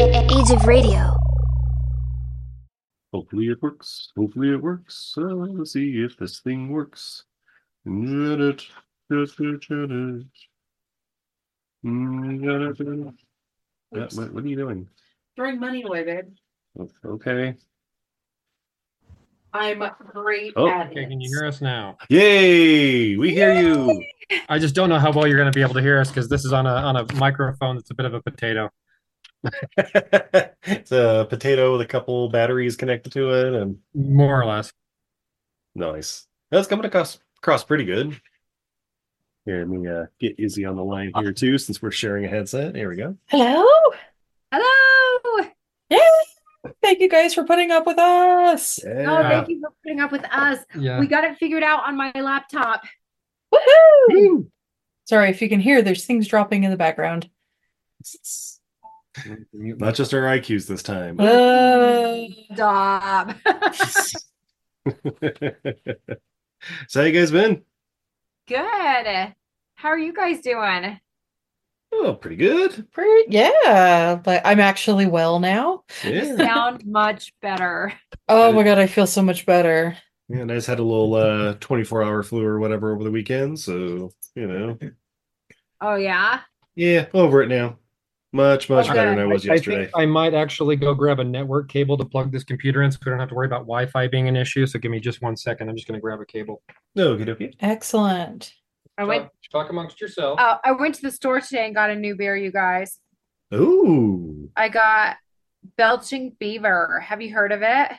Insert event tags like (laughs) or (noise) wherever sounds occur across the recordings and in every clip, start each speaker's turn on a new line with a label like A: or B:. A: Alternative Radio.
B: Hopefully it works. Hopefully it works. Uh, let's see if this thing works. What,
C: Oops.
B: what are you doing?
C: Throwing money away, babe.
B: Okay.
C: I'm great
B: Oh.
C: at
D: Okay,
C: it.
D: can you hear us now?
B: Yay! We hear you.
D: I just don't know how well you're going to be able to hear us because this is on a on a microphone that's a bit of a potato.
B: (laughs) it's a potato with a couple batteries connected to it, and
D: More or less.
B: nice. That's coming across across pretty good. Here, let me uh, get Izzy on the line here too, since we're sharing a headset. Here we go.
E: Hello.
A: Hello. Oh,
E: Yay. Thank you guys for putting up with us.
A: Oh,
B: Yeah.
A: thank you for putting up with us.
D: Yeah.
A: We got it figured out on my laptop.
E: Woohoo. Sorry if you can hear, there's things dropping in the background.
B: Not just our IQs this time.
C: Mm-hmm.
E: Uh,
A: Stop. (laughs)
B: (laughs) so how you guys been?
A: Good. How are you guys doing?
B: Oh, pretty good.
E: pretty- yeah, like I'm actually well now.
B: Yeah.
A: Sound much better.
E: Oh my god, I feel so much better.
B: yeah and I just had a little uh 24 hour flu or whatever over the weekend, so you know.
A: Oh yeah.
B: Yeah, over it now. Much, much
A: Okay.
B: better than I was
D: I,
B: yesterday.
D: think I might actually go grab a network cable to plug this computer in so we don't have to worry about Wi-Fi being an issue. So give me just one second. I'm just going to grab a cable.
B: No, good okay.
E: Excellent.
A: I went.
D: Talk, talk amongst yourself.
A: Uh, I went to the store today and got a new beer. You guys.
B: Ooh.
A: I got Belching Beaver. Have you heard of it?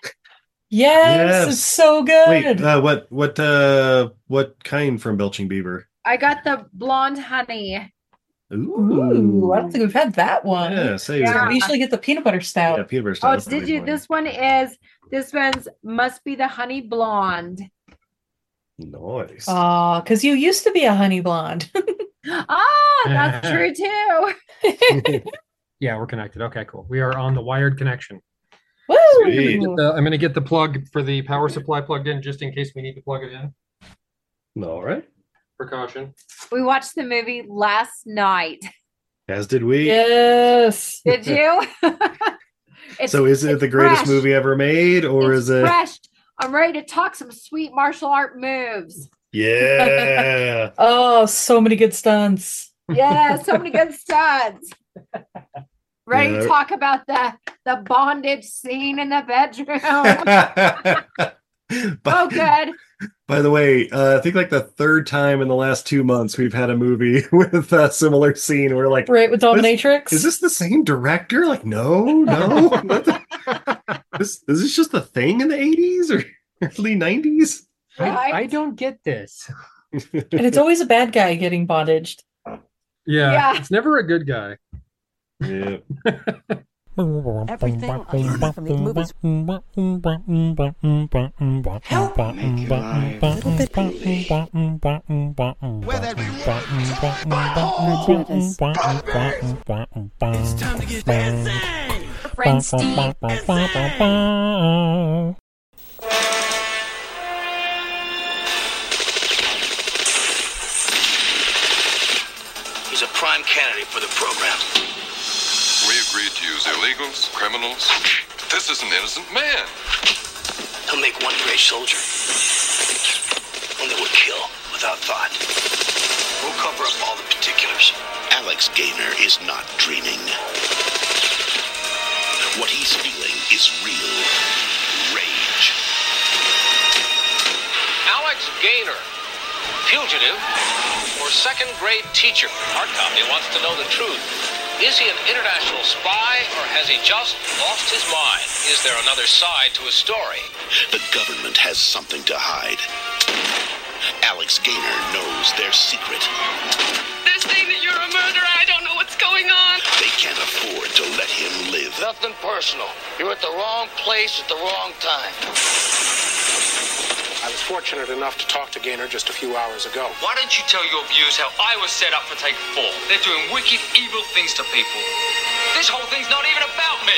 E: Yes,
B: Yes.
E: it's so good.
B: Wait, uh, what what uh what kind from Belching Beaver?
A: I got the blonde honey.
B: Ooh.
E: Ooh, I don't think we've had that one.
B: yeah, say
A: Yeah.
E: We usually get the peanut butter
B: yeah,
E: stout.
B: peanut butter
A: Oh,
B: stuff.
A: did you? This one is. This one's must be the honey blonde. (gasps)
B: nice.
E: Ah, because you used to be a honey blonde. (laughs)
A: Ah, that's true too.
D: yeah, we're connected. Okay, cool. We are on the wired connection.
E: Woo!
B: Sweet.
D: Uh, I'm going to get the plug for the power supply plugged in just in case we need to plug it
B: (laughs)
D: in.
B: All right.
D: Precaution.
A: We watched the movie last night. (laughs)
B: As did we.
E: Yes.
A: Did you?
B: (laughs)
A: it's
B: so is it
A: it's
B: the greatest
A: fresh.
B: movie ever made or
A: it's
B: is it
A: fresh? I'm ready to talk some sweet martial art moves.
B: (laughs) yeah
E: Oh, so many good stunts.
A: Yeah, so many
B: (laughs)
A: good stunts. Ready
B: Yeah.
A: to talk about the the bondage scene in the
B: (laughs)
A: bedroom. oh,
B: by,
A: good.
B: by the way uh, i think like the third time in the last two months we've had a movie (laughs) with a similar scene we're like
E: Right with Dominatrix.
B: is this the same director like no no What the- (laughs) this, is this just a thing in the 80s or (laughs) early 90s
D: I,
A: Right.
D: I don't get this.
E: and it's always a bad guy getting bondaged.
D: yeah.
A: Yeah.
D: It's never a good guy.
B: yeah
F: Everything I learned from these movies. Help
G: make it live.
F: Little bit believe. Whether It's time to get dancing.
A: Friend Steve.
H: He's a prime candidate for the program.
I: We agreed to use illegals, criminals. This is an innocent man.
H: He'll make one great soldier. One that will kill without thought. We'll cover up all the particulars. Alex Gaynor is not dreaming. What he's feeling is real rage.
J: Alex Gaynor, fugitive or second grade teacher. Our company wants to know the truth. Is he an international spy or has he just lost his mind? Is there another side to his story?
H: The government has something to hide. Alex Gaynor knows their secret.
K: They're saying that you're a murderer. I don't know what's going on.
H: They can't afford to let him live.
J: Nothing personal. You're at the wrong place at the wrong time.
G: I was fortunate enough to talk to Gaynor just a few hours ago.
J: Why don't you tell your viewers how I was set up for take four? They're doing wicked, evil things to people. This whole thing's not even about me.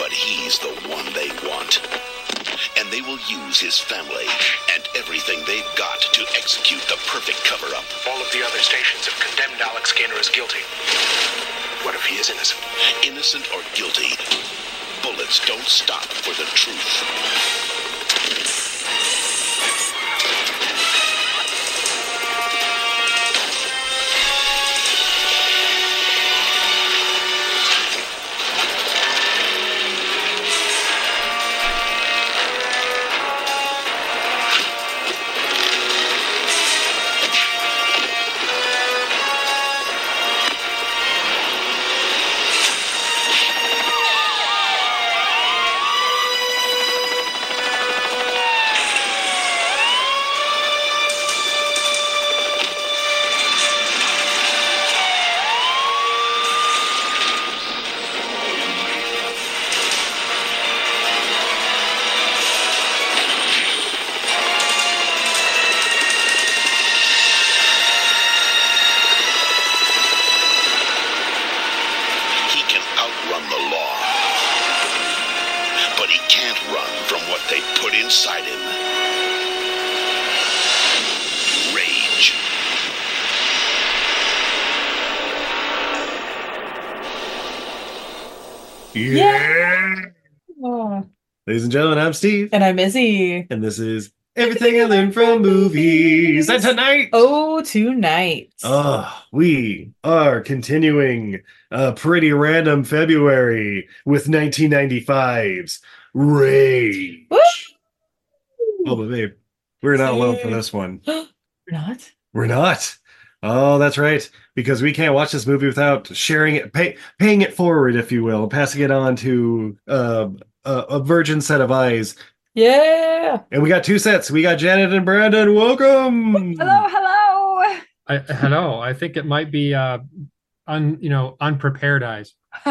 H: But he's the one they want. And they will use his family and everything they've got to execute the perfect cover up.
G: All of the other stations have condemned Alex Gaynor as guilty. What if he is innocent?
H: Innocent or guilty, bullets don't stop for the truth. He can outrun the law, but he can't run from what they put inside him. Rage.
B: Yeah.
E: Oh.
B: Ladies and gentlemen, I'm Steve.
E: And I'm Izzy.
B: And this is Everything I Learned from Movies. And tonight.
E: Oh, tonight.
B: Uh, we are continuing a pretty random February with 1995's Ray.
E: Woo!
B: Oh, but babe, we're not alone for this one.
E: Not?
B: We're not. Oh, that's right. Because we can't watch this movie without sharing it, pay, paying it forward, if you will, passing it on to uh, a, a virgin set of eyes.
E: Yeah.
B: And we got two sets. We got Janet and Brandon. Welcome.
A: Hello, hello.
D: I, hello, I think it might be uh, un you know unprepared eyes.
B: (laughs)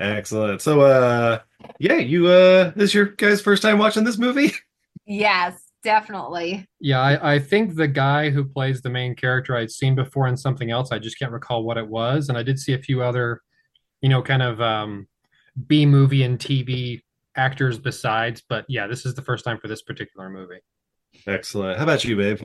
B: Excellent. So, uh, yeah, you uh, this your guys' first time watching this movie?
A: (laughs)
B: (laughs)
A: Yes, definitely.
D: Yeah, I, I think the guy who plays the main character I'd seen before in something else. I just can't recall what it was, and I did see a few other, you know, kind of um, B movie and TV actors besides. But yeah, this is the first time for this particular movie.
B: Excellent. How about you, babe?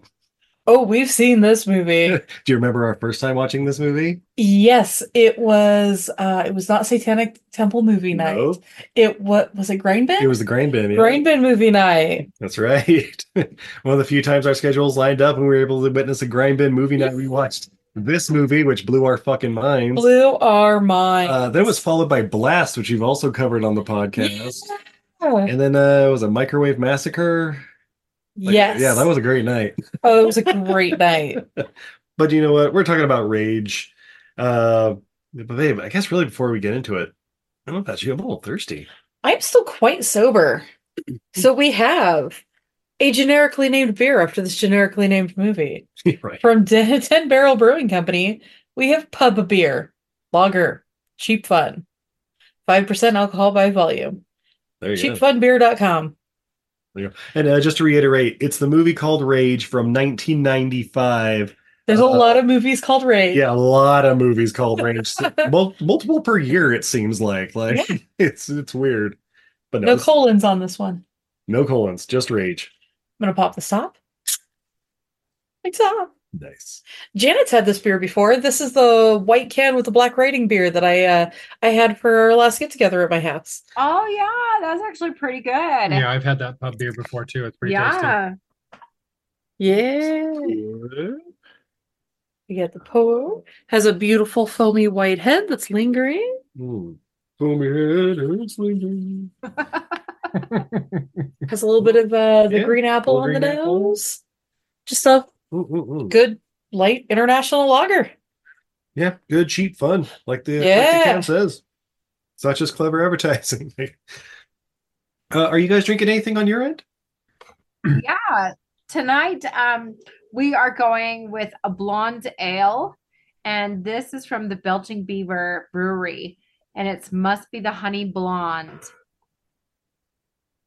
E: Oh, we've seen this
B: (laughs)
E: movie.
B: Do you remember our first time watching this movie?
E: Yes, it was uh it was not Satanic Temple movie night.
B: No.
E: It what was it Grain Bin?
B: It was the grain bin. yeah.
E: Grain Bin movie night.
B: That's right. (laughs) One of the few times our schedules lined up and we were able to witness a grind bin movie night. We watched this movie, which blew our fucking minds.
E: Blew our mind.
B: Uh, then it was followed by Blast, which you've also covered on the podcast. And then uh, it was a microwave massacre. Like,
E: yes.
B: Yeah, that was a great night.
E: Oh, it was a great night.
B: But you know what? We're talking about rage. Uh, but babe, I guess really before we get into it, I don't know about you. I'm a little thirsty. (laughs)
E: I'm still
B: (clears throat)
E: quite sober. So we have a generically named beer after this generically named movie.
B: right.
E: From (laughs) Den- 10 Barrel Brewing Company, we have Pub Beer, Lager, Cheap Fun, 5% alcohol by volume.
B: There you go.
E: Cheapfunbeer.com.
B: There you go. And uh, just to reiterate, it's the movie called Rage from 1995.
E: There's a
B: Uh,
E: lot of movies called Rage.
B: Yeah, a lot of movies called Rage, Mul- multiple per year. It seems like like
E: Yeah.
B: (laughs) it's it's weird, but no,
E: No colons on this one.
B: no colons, just Rage.
E: I'm going to pop this top. Big top.
B: Nice.
E: Janet's had this beer before. This is the white can with the black writing beer that I uh, I had for our last get together at my house.
A: Oh yeah, that's actually pretty good.
D: Yeah, I've had that pub beer before too. It's pretty tasty.
A: Yeah.
E: Yeah. You get the pour. Has a beautiful foamy white head that's lingering.
A: (laughs)
E: Has a little bit of uh, the
B: Yeah,
E: green apple
B: little
E: on the
B: green apple.
E: nose. Just a good light international lager.
B: Yeah, good, cheap, fun, like the, like
E: Yeah.
B: the can says. It's not just clever advertising. (laughs) uh, are you guys drinking anything on your end?
A: Yeah. Tonight, um, we are going with a blonde ale, and this is from the Belching Beaver Brewery, and it's must be the honey blonde.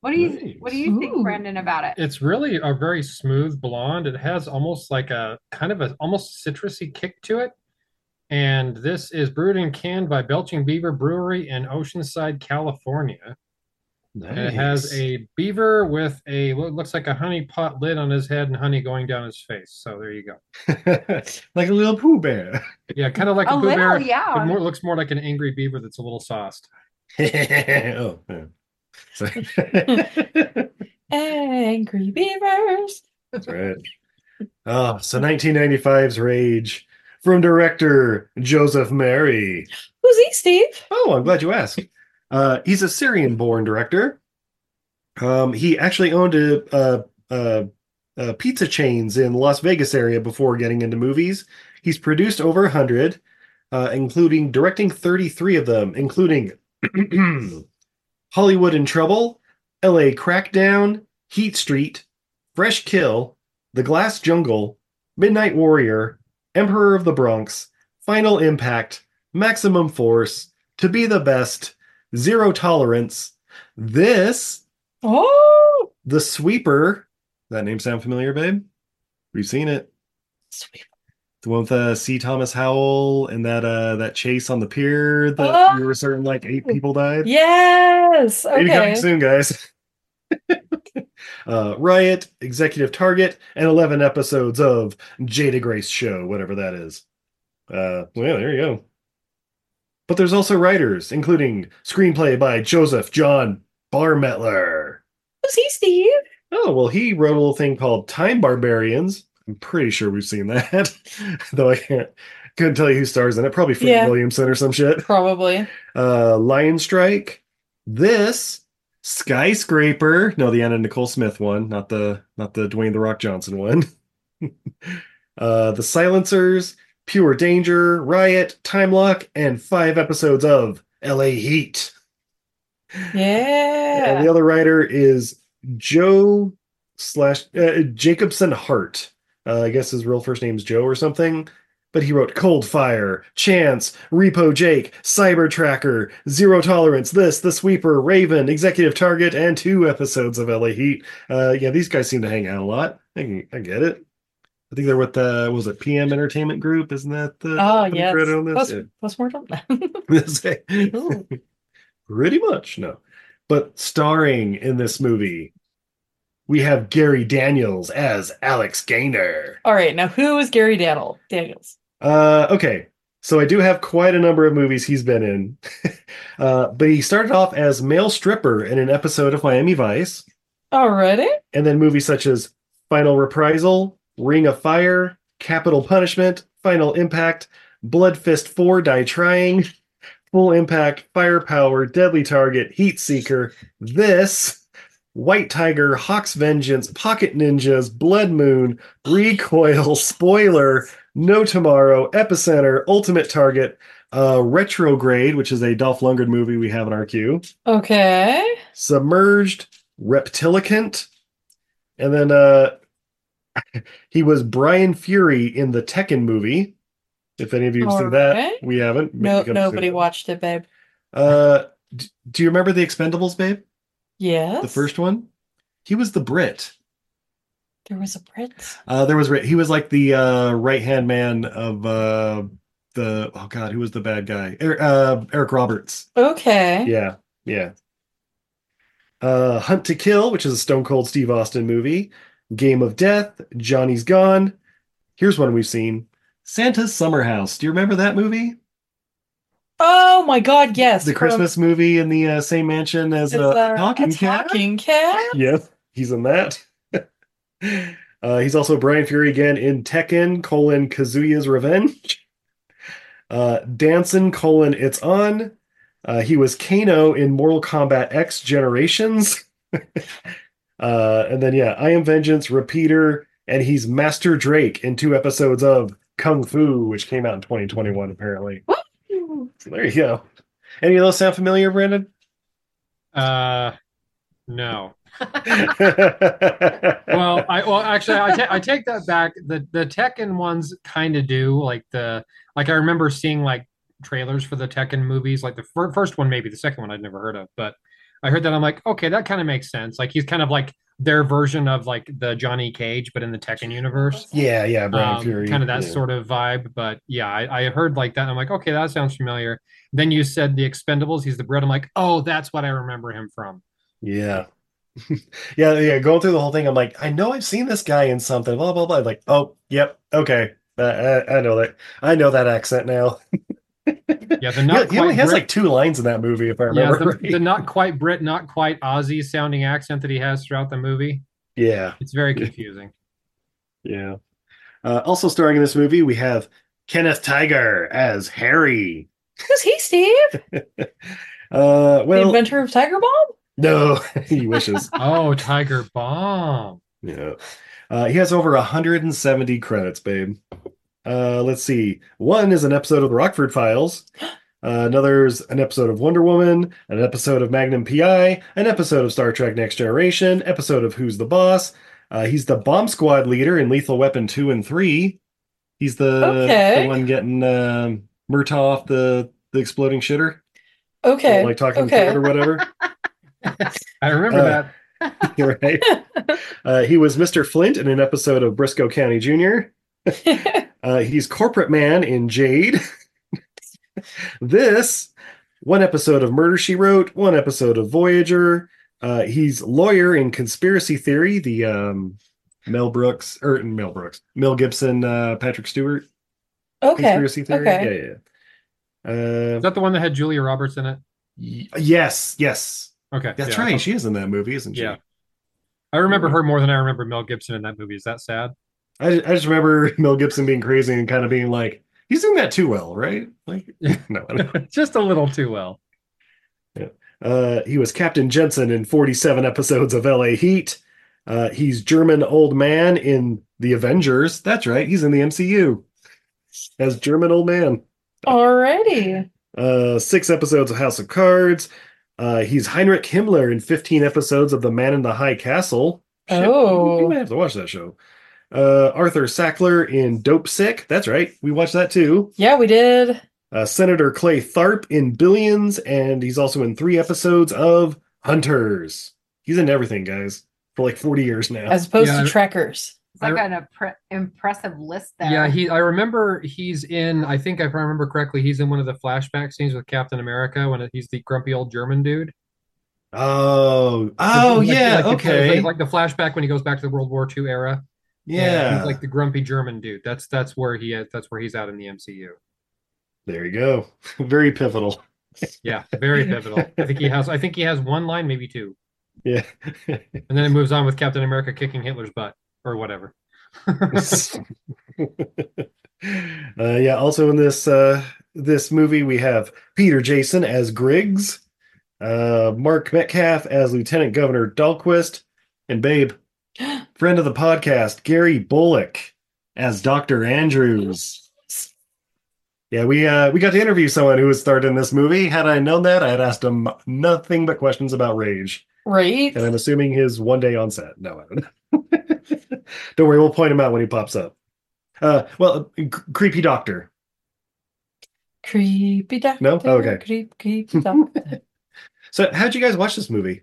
A: What do you What do you think, Brendan, about it?
D: It's really a very smooth blonde. It has almost like a kind of a almost citrusy kick to it. And this is brewed and canned by Belching Beaver Brewery in Oceanside, California. And it has a beaver with a what looks like a honey pot lid on his head and honey going down his face. So there you go.
B: (laughs) like a little poo bear. (laughs)
D: Yeah, kind of like a,
A: A
D: Pooh Bear.
A: little, Oh, yeah.
D: but more looks more like an angry beaver that's a little sauced.
B: oh, yeah. So- (laughs)
E: Angry beavers.
B: That's right. Oh, so 1995's Rage from director Joseph Mary.
E: Who's he, Steve?
B: Oh, I'm glad you asked. Uh, he's a Syrian-born director. Um, he actually owned a, a, a, a pizza chains in Las Vegas area before getting into movies. He's produced over 100, uh, including directing 33 of them, including (clears throat) Hollywood in Trouble, LA Crackdown, Heat Street, Fresh Kill, The Glass Jungle, Midnight Warrior, Emperor of the Bronx, Final Impact, Maximum Force, To Be the Best, Zero Tolerance, This,
E: Oh,
B: The Sweeper. That name sound familiar, babe? We've seen it.
E: Sweeper.
B: The one with uh, C. Thomas Howell and that uh, that chase on the pier that
E: Oh.
B: we were certain like eight people died.
E: yes.
B: Maybe coming
E: Okay.
B: soon, guys. (laughs) uh, Riot, Executive Target, and 11 episodes of Jada Grace Show, whatever that is. Uh, well, there you go. But there's also writers, including screenplay by Joseph John Barmettler.
E: Who's he, Steve?
B: Oh, well, he wrote a little thing called Time Barbarians. I'm pretty sure we've seen that, (laughs) though I can't couldn't tell you who stars in it. Probably Frank
E: Yeah.
B: Williamson or some shit
E: Probably.
B: uh Lion Strike, this Skyscraper. No, the Anna Nicole Smith one, not the not the Dwayne the Rock Johnson one. (laughs) uh The Silencers, Pure Danger, Riot, Time Lock, and five episodes of LA Heat. And the
E: Yeah.
B: other writer is Joe slash uh, Jacobson Hart. Uh, I guess his real first name's Joe or something. But he wrote Cold Fire, Chance, Repo Jake, Cyber Tracker, Zero Tolerance, This, The Sweeper, Raven, Executive Target, and two episodes of LA Heat. Uh, yeah, these guys seem to hang out a lot. I, can- I get it. I think they're with the what was it PM Entertainment Group? Isn't that the (laughs)
E: Oh,
B: company
E: yes.
B: credit on this?
E: Post-
B: Yeah.
E: Postmortem. (laughs) Ooh.
B: Pretty much, no. But starring in this movie, we have Gary Daniels as Alex Gaynor.
E: All right. Now, who is Gary Daniel? Daniels?
B: Uh, okay, so I do have quite a number of movies he's been in. (laughs) uh, but he started off as male stripper in an episode of Miami Vice,
E: Already?
B: and then movies such as Final Reprisal, Ring of Fire, Capital Punishment, Final Impact, Blood Fist 4 Die Trying, Full Impact, Firepower, Deadly Target, Heat Seeker, This, White Tiger, Hawk's Vengeance, Pocket Ninjas, Blood Moon, Recoil, (laughs) Spoiler, No Tomorrow, Epicenter, Ultimate Target, uh, Retrograde, which is a Dolph Lundgren movie we have in our queue.
E: Okay.
B: Submerged, Reptilicant, and then uh (laughs) he was Brian Fury in the Tekken movie. If any of you have seen that,
E: Alright.
B: we haven't. Maybe
E: No,
B: come soon.
E: nobody watched it, babe.
B: Uh, d- do you remember the Expendables, babe?
E: Yes.
B: The first one. He was the Brit.
E: There was a Brit.
B: Uh, there was ri- he was like the uh, right hand man of uh, the oh god, who was the bad guy? Er, uh, Eric Roberts.
E: Okay.
B: Yeah, yeah. Uh, Hunt to Kill, which is a Stone Cold Steve Austin movie. Game of Death, Johnny's Gone. Here's one we've seen Santa's Summer House. Do you remember that movie?
E: Oh my God! Yes.
B: The
E: from-
B: Christmas movie in the uh, same mansion as
E: It's
B: uh,
E: a-
B: Talking
E: a
B: Cat.
E: talking cat.
B: Yes, he's in that. (laughs) uh, he's also Brian Fury again in Tekken colon Kazuya's Revenge. Uh, Dancing colon It's On. Uh, he was Kano in Mortal Kombat X Generations. (laughs) uh, and then yeah, I Am Vengeance, Repeater, and he's Master Drake in two episodes of Kung Fu, which came out in 2021 apparently. So there you go. Any of those sound familiar, Brandon? (laughs)
D: Uh, no. Well, I well actually I, ta- I take that back. The the Tekken ones kind of do like the like I remember seeing like trailers for the Tekken movies, like the fir- first one maybe the second one I'd never heard of, but I heard that I'm like okay that kind of makes sense. Like he's kind of like their version of like the Johnny Cage, but in the Tekken universe.
B: Yeah, yeah, Brian Fury.
D: kind of Um, that
B: yeah.
D: sort of vibe. But yeah, I, I heard like that. And I'm like, okay, that sounds familiar. Then you said the Expendables. He's the Brit. I'm like, oh, that's what I remember him from.
B: Yeah. (laughs) yeah, yeah. Going through the whole thing, I'm like, I know I've seen this guy in something, blah, blah, blah. I'm like, oh, yep, okay. Uh, I, I know that. I know that accent now.
D: Yeah, the not
B: he only
D: quite
B: has
D: Brit-
B: like two lines in that movie, if I
D: yeah,
B: remember (laughs)
D: the,
B: right.
D: the not quite Brit, not quite Aussie sounding accent that he has throughout the movie.
B: (laughs) Yeah.
D: It's very confusing.
B: Yeah. Uh, also starring in this movie, we have Kenneth Tiger as Harry. (laughs)
E: Who's he, Steve?
B: Uh,
E: the
B: well,
E: inventor of Tiger Bomb?
B: no, (laughs) he wishes.
D: oh, Tiger Bomb.
B: Yeah. Uh, he has over 170 credits, babe. Uh, let's see. One is an episode of The Rockford
E: (gasps)
B: Files. Uh, another's an episode of Wonder Woman, an episode of Magnum PI, an episode of Star Trek Next Generation, episode of Who's the Boss. Uh, he's the bomb squad leader in Lethal Weapon 2 and 3. He's the,
E: Okay.
B: the one getting um, Murtaugh off the, the exploding shitter.
E: Okay.
B: Don't like talking
E: okay.
B: to it or
E: (laughs)
B: whatever.
D: I remember
B: Uh,
D: that.
B: (laughs) You're right. Uh, he was Mr. Flint in an episode of Briscoe County Jr.
E: (laughs)
B: uh, he's corporate man in Jade. (laughs) this one episode of Murder She Wrote, one episode of Voyager. Uh, he's lawyer in Conspiracy Theory, the um, Mel Brooks or Mel Brooks, Mel Gibson, uh, Patrick Stewart
E: Okay.
B: conspiracy theory.
E: Okay.
B: Yeah, yeah.
D: Is that the one that had Julia Roberts in it?
B: Uh, yes, yes,
D: Okay.
B: that's
D: yeah.
B: right. She is in that movie, isn't she?
D: Yeah. I remember her more than I remember Mel Gibson in that movie. Is that sad?
B: (laughs) I, ju- I just remember (laughs) Mel Gibson being crazy and kind of being like, he's doing that too well, right? Like, (laughs) no, I don't.
D: Just a little too well.
B: Uh, he was Captain Jensen in 47 episodes of LA Heat. Uh, he's German old man in The Avengers. That's right. He's in the MCU as German old man.
E: Alrighty.
B: Uh, six episodes of House of Cards. Uh, he's Heinrich Himmler in 15 episodes of The Man in the High Castle. Shit, we
E: Oh.
B: might have to watch that show. Uh, Arthur Sackler in Dope Sick. That's right. We watched that too.
E: Yeah, we did.
B: uh, Senator Clay Tharp in Billions, and he's also in three episodes of Hunters. He's in everything, guys, for like 40 years now.
E: As opposed
D: Yeah.
E: to Trekkers.
A: It's like an impre- impressive list there.
D: Yeah, he. I remember he's in. I think if I remember correctly, he's in one of the flashback scenes with Captain America when he's the grumpy old German dude.
B: oh, oh,
D: Like-
B: yeah,
D: like the-
B: okay.
D: like, the flashback when he goes back to the World War II era.
B: yeah,
D: he's like the grumpy German dude. That's that's where he is. That's where he's at in the MCU.
B: there you go. (laughs) Very pivotal.
D: Yeah, very pivotal. I think he has. I think he has one line, maybe two,
B: Yeah. (laughs)
D: and then it moves on with Captain America kicking Hitler's butt or whatever. (laughs)
B: (laughs) Uh, yeah. Also in this uh, this movie, we have Peter Jason as Griggs, uh, Mark Metcalf as Lieutenant Governor Dahlquist, and Babe, friend of the podcast, Gary Bullock as Doctor Andrews. Yeah, we uh, we got to interview someone who was starred in this movie. Had I known that, I had asked him nothing but questions about Rage,
E: Right?
B: and I'm assuming his one day on set. No, I don't. know. (laughs) don't worry, we'll point him out when he pops up. Uh, well, c- creepy doctor.
E: Creepy doctor.
B: No? Oh, Okay.
E: Creep, creepy doctor.
B: So, how'd you guys watch this movie?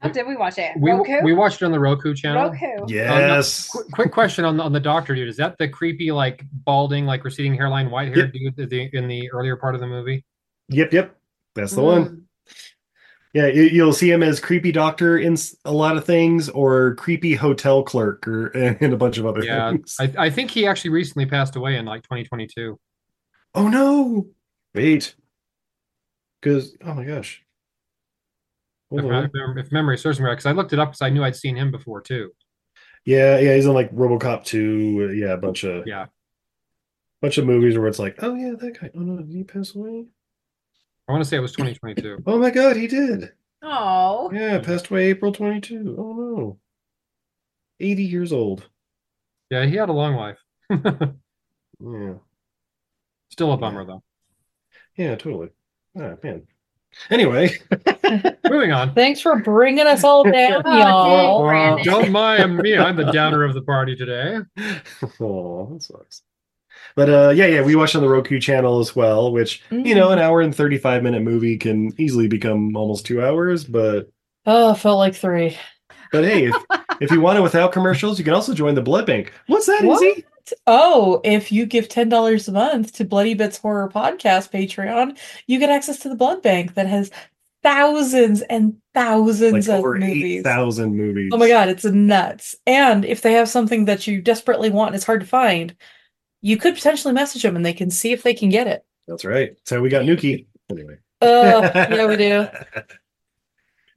A: How did we watch it?
D: We
A: Roku?
D: we watched it on the Roku channel.
A: Roku.
B: Yes.
D: Qu- quick question on the, on the doctor dude. Is that the creepy, like balding, like receding hairline, white haired dude that the, in the earlier part of the movie?
B: Yep, yep. That's
D: Mm.
B: the
A: Mm.
B: one. Yeah, you, you'll see him as creepy doctor in s- a lot of things, or creepy hotel clerk, or (laughs) and a bunch of other
D: Yeah,
B: things.
D: I, I think he actually recently passed away in like 2022.
B: Oh no! Wait, because oh my gosh.
D: If,
B: Hold
D: I-
B: on.
D: if mem- if memory serves me right, because I looked it up because I knew I'd seen him before too.
B: Yeah, yeah, he's in like RoboCop two. uh, Yeah, a bunch of
D: Yeah,
B: bunch of movies where it's like, oh yeah, that guy. Oh no, did he pass away?
D: I want to say it was 2022.
B: Oh my god, he did.
A: Oh,
B: Yeah, passed away April twenty two. Oh no, eighty years old.
D: Yeah, he had a long life.
B: Yeah.
D: Still a bummer though.
B: Yeah, totally. Ah, man. Anyway, (laughs)
D: Moving
A: (laughs)
E: (laughs)
D: on. Uh,
E: Thanks for bringing us all down,
A: Oh,
E: y'all.
A: dang, Brandon.
D: Don't
A: (laughs)
D: mind me. I'm the downer of the party today.
B: oh, that sucks. But uh, yeah, yeah, we watched on the Roku channel as well, which you know,
E: Mm.
B: an hour and thirty-five minute movie can easily become almost two hours. But
E: Oh, felt like three.
B: but hey, if if you want it without commercials, you can also join the Blood Bank. What's that
E: What?
B: easy?
E: Oh, if you give ten dollars a month to Bloody Bits Horror Podcast Patreon, you get access to the blood bank that has thousands and thousands
B: like
E: of
B: over
E: movies.
B: eight thousand movies.
E: Oh my god, it's nuts. And if they have something that you desperately want and it's hard to find, you could potentially message them and they can see if they can get it.
B: That's right. So we got Nuki. Anyway.
E: (laughs) Oh, yeah, we do.
B: (laughs)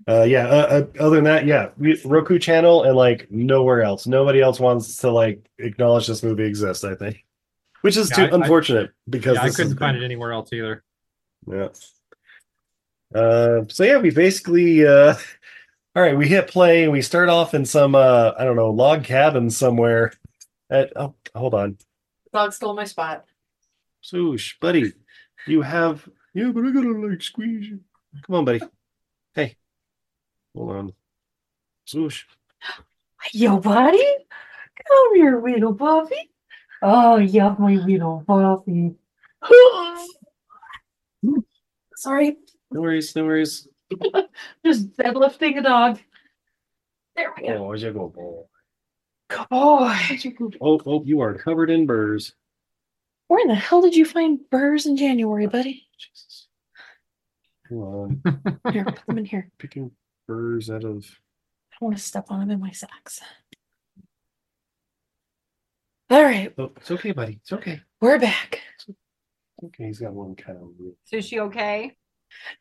B: Uh, yeah. Uh, uh, other than that, yeah, we, Roku channel and like nowhere else. Nobody else wants to like acknowledge this movie exists. I think, which is
D: Yeah,
B: too
D: I- I-
B: unfortunate because
D: Yeah, I
B: this is
D: couldn't find
B: great.
D: it anywhere else either.
B: Yeah. Uh, so yeah, we basically uh, (laughs) all right. We hit play. We start off in some uh, I don't know log cabin somewhere. At oh, hold on,
C: Dog stole my spot.
B: swoosh, buddy. You have yeah, but I gotta like squeeze you. Come on, buddy. Hey, hold on. Swoosh.
C: Yo, buddy. Come here, little Buffy.
E: Oh, yeah, my little Buffy.
C: Sorry,
B: No worries. No worries.
C: just deadlifting a dog. There we go.
B: Oh, where's your gold ball?
C: Good boy.
B: Oh, oh, you are covered in burrs.
E: Where in the hell did you find burrs in January, buddy?
B: Hold on.
E: Here, put them in here.
B: Picking burrs out of
E: I don't want to step on them in my socks. All right,
B: Oh, it's okay, buddy. It's okay.
E: we're back.
B: Okay, he's got one kind of weird.
A: So is she okay?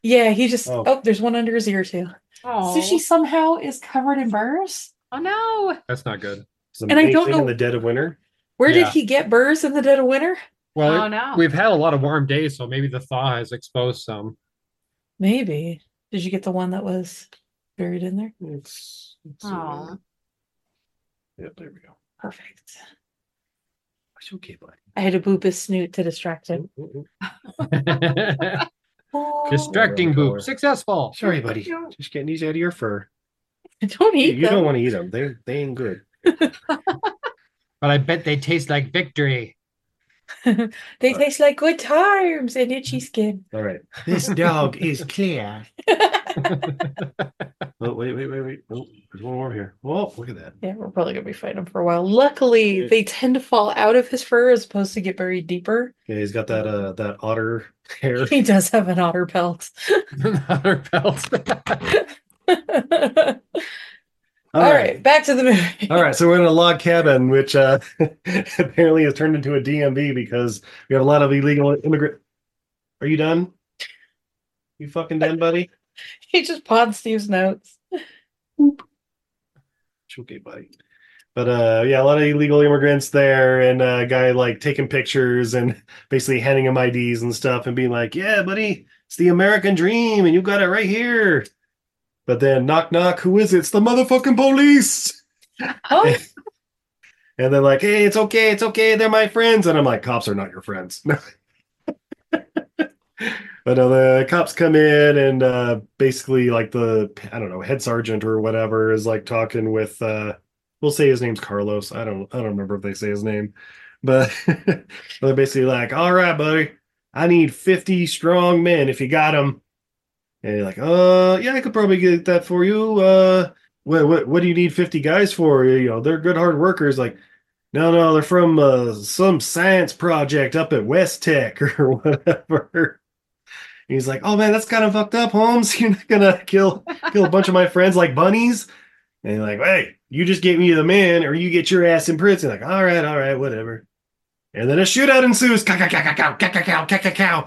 E: Yeah, he just
B: Oh.
E: oh, there's one under his ear too.
A: Oh,
E: Sushi somehow is covered in burrs.
A: oh no.
D: That's not good.
B: Some
E: And I don't
B: baking in
E: know-
B: the dead of winter.
E: Where
D: Yeah.
E: did he get burrs in the dead of winter?
D: Well,
A: Oh, no.
D: we've had a lot of warm days, so maybe the thaw has exposed
A: (laughs)
D: some.
E: Maybe. Did you get the one that was buried in there?
B: It's, it's
A: Aw.
B: uh, yeah, there we go.
E: Perfect.
B: It's okay, buddy.
E: I had to boop his snoot to distract him.
B: Oh, oh,
D: Distracting
B: Color.
D: boop. Successful.
B: oh. Sorry, buddy.
A: Cute.
B: Just getting these out of your fur.
E: Don't
B: You,
E: eat
B: you don't
E: them.
B: want to eat them. They they ain't good.
D: But I bet they taste like victory. (laughs)
E: they taste like good times and itchy skin. (laughs)
B: All right. (laughs) This dog is clear. Oh wait wait wait wait. Oh, there's one more here. Whoa! Look at that.
E: Yeah, we're probably gonna be fighting him for a while. Luckily, they tend to fall out of his fur as opposed to get buried deeper.
B: Yeah, he's got that uh that otter (laughs) hair.
E: He does have an otter pelt. (laughs)
D: Another belt.
E: All right, back to the movie.
B: All right, so we're in a log cabin, which uh, (laughs) apparently has turned into a DMV because we have a lot of illegal immigrant. Are you done? You fucking done, buddy?
E: (laughs) He just pawned Steve's notes.
B: It's okay, buddy. But uh, yeah, a lot of illegal immigrants there, and uh, a guy like taking pictures and (laughs) basically handing them IDs and stuff, and being like, "Yeah, buddy, it's the American dream, and you got it right here." But then, knock, knock, who is it? It's the motherfucking police.
E: Oh,
B: And they're like, hey, it's okay, it's okay, they're my friends. And I'm like, cops are not your friends. (laughs) but uh, the cops come in and uh, basically, like, the, I don't know, head sergeant or whatever is like talking with, uh, we'll say his name's Carlos. I don't, I don't remember if they say his name, but (laughs) they're basically like, all right, buddy, I need 50 strong men if you got them. And you're like, uh, yeah, I could probably get that for you. Uh, what what what do you need 50 guys for you know they're good hard workers like no no they're from uh, some science project up at west tech (laughs) or whatever and he's like oh man that's kind of fucked up holmes (laughs) you're not gonna kill kill a bunch of my friends like bunnies and you're like hey you just get me the man or you get your ass in prison like all right all right whatever and then a shootout ensues cow cow cow cow cow cow cow cow cow cow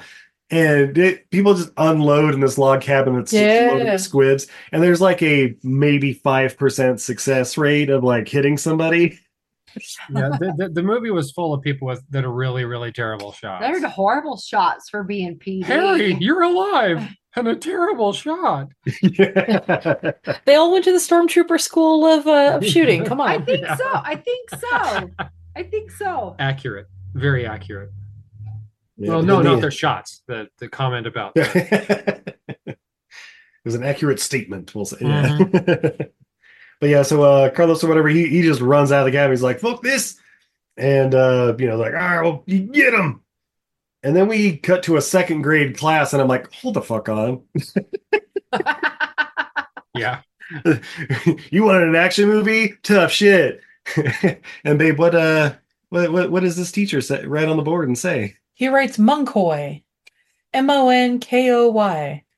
B: and it, people just unload in this log cabin that's loaded
E: Yeah.
B: with squibs and there's like a maybe 5% success rate of like hitting somebody
D: (laughs) yeah, the, the, the movie was full of people with that are really, really terrible shots.
A: They're horrible shots for being PD. (laughs)
D: Harry, you're alive and a terrible shot.
E: (laughs) they all went to the stormtrooper school of uh, of shooting. (laughs) Come
A: I
E: on,
A: think
D: Yeah.
A: so. I think so. I
D: (laughs)
A: think so.
D: Accurate, very accurate.
B: Yeah,
D: well,
B: but
D: no,
B: then
D: not
B: the-
D: their shots. The the comment about (laughs) the-
B: it was an accurate statement we'll say yeah.
D: Mm-hmm.
B: (laughs) but yeah so uh carlos or whatever he, he just runs out of the cabin he's like fuck this and uh you know like all right well you get him and then we cut to a second grade class and i'm like hold the fuck on (laughs)
D: yeah.
B: you wanted an action movie? Tough shit. (laughs) and babe, what uh, what what what does this teacher say, write on the board and say?
E: he writes Monkoy, M O N K O Y. (laughs)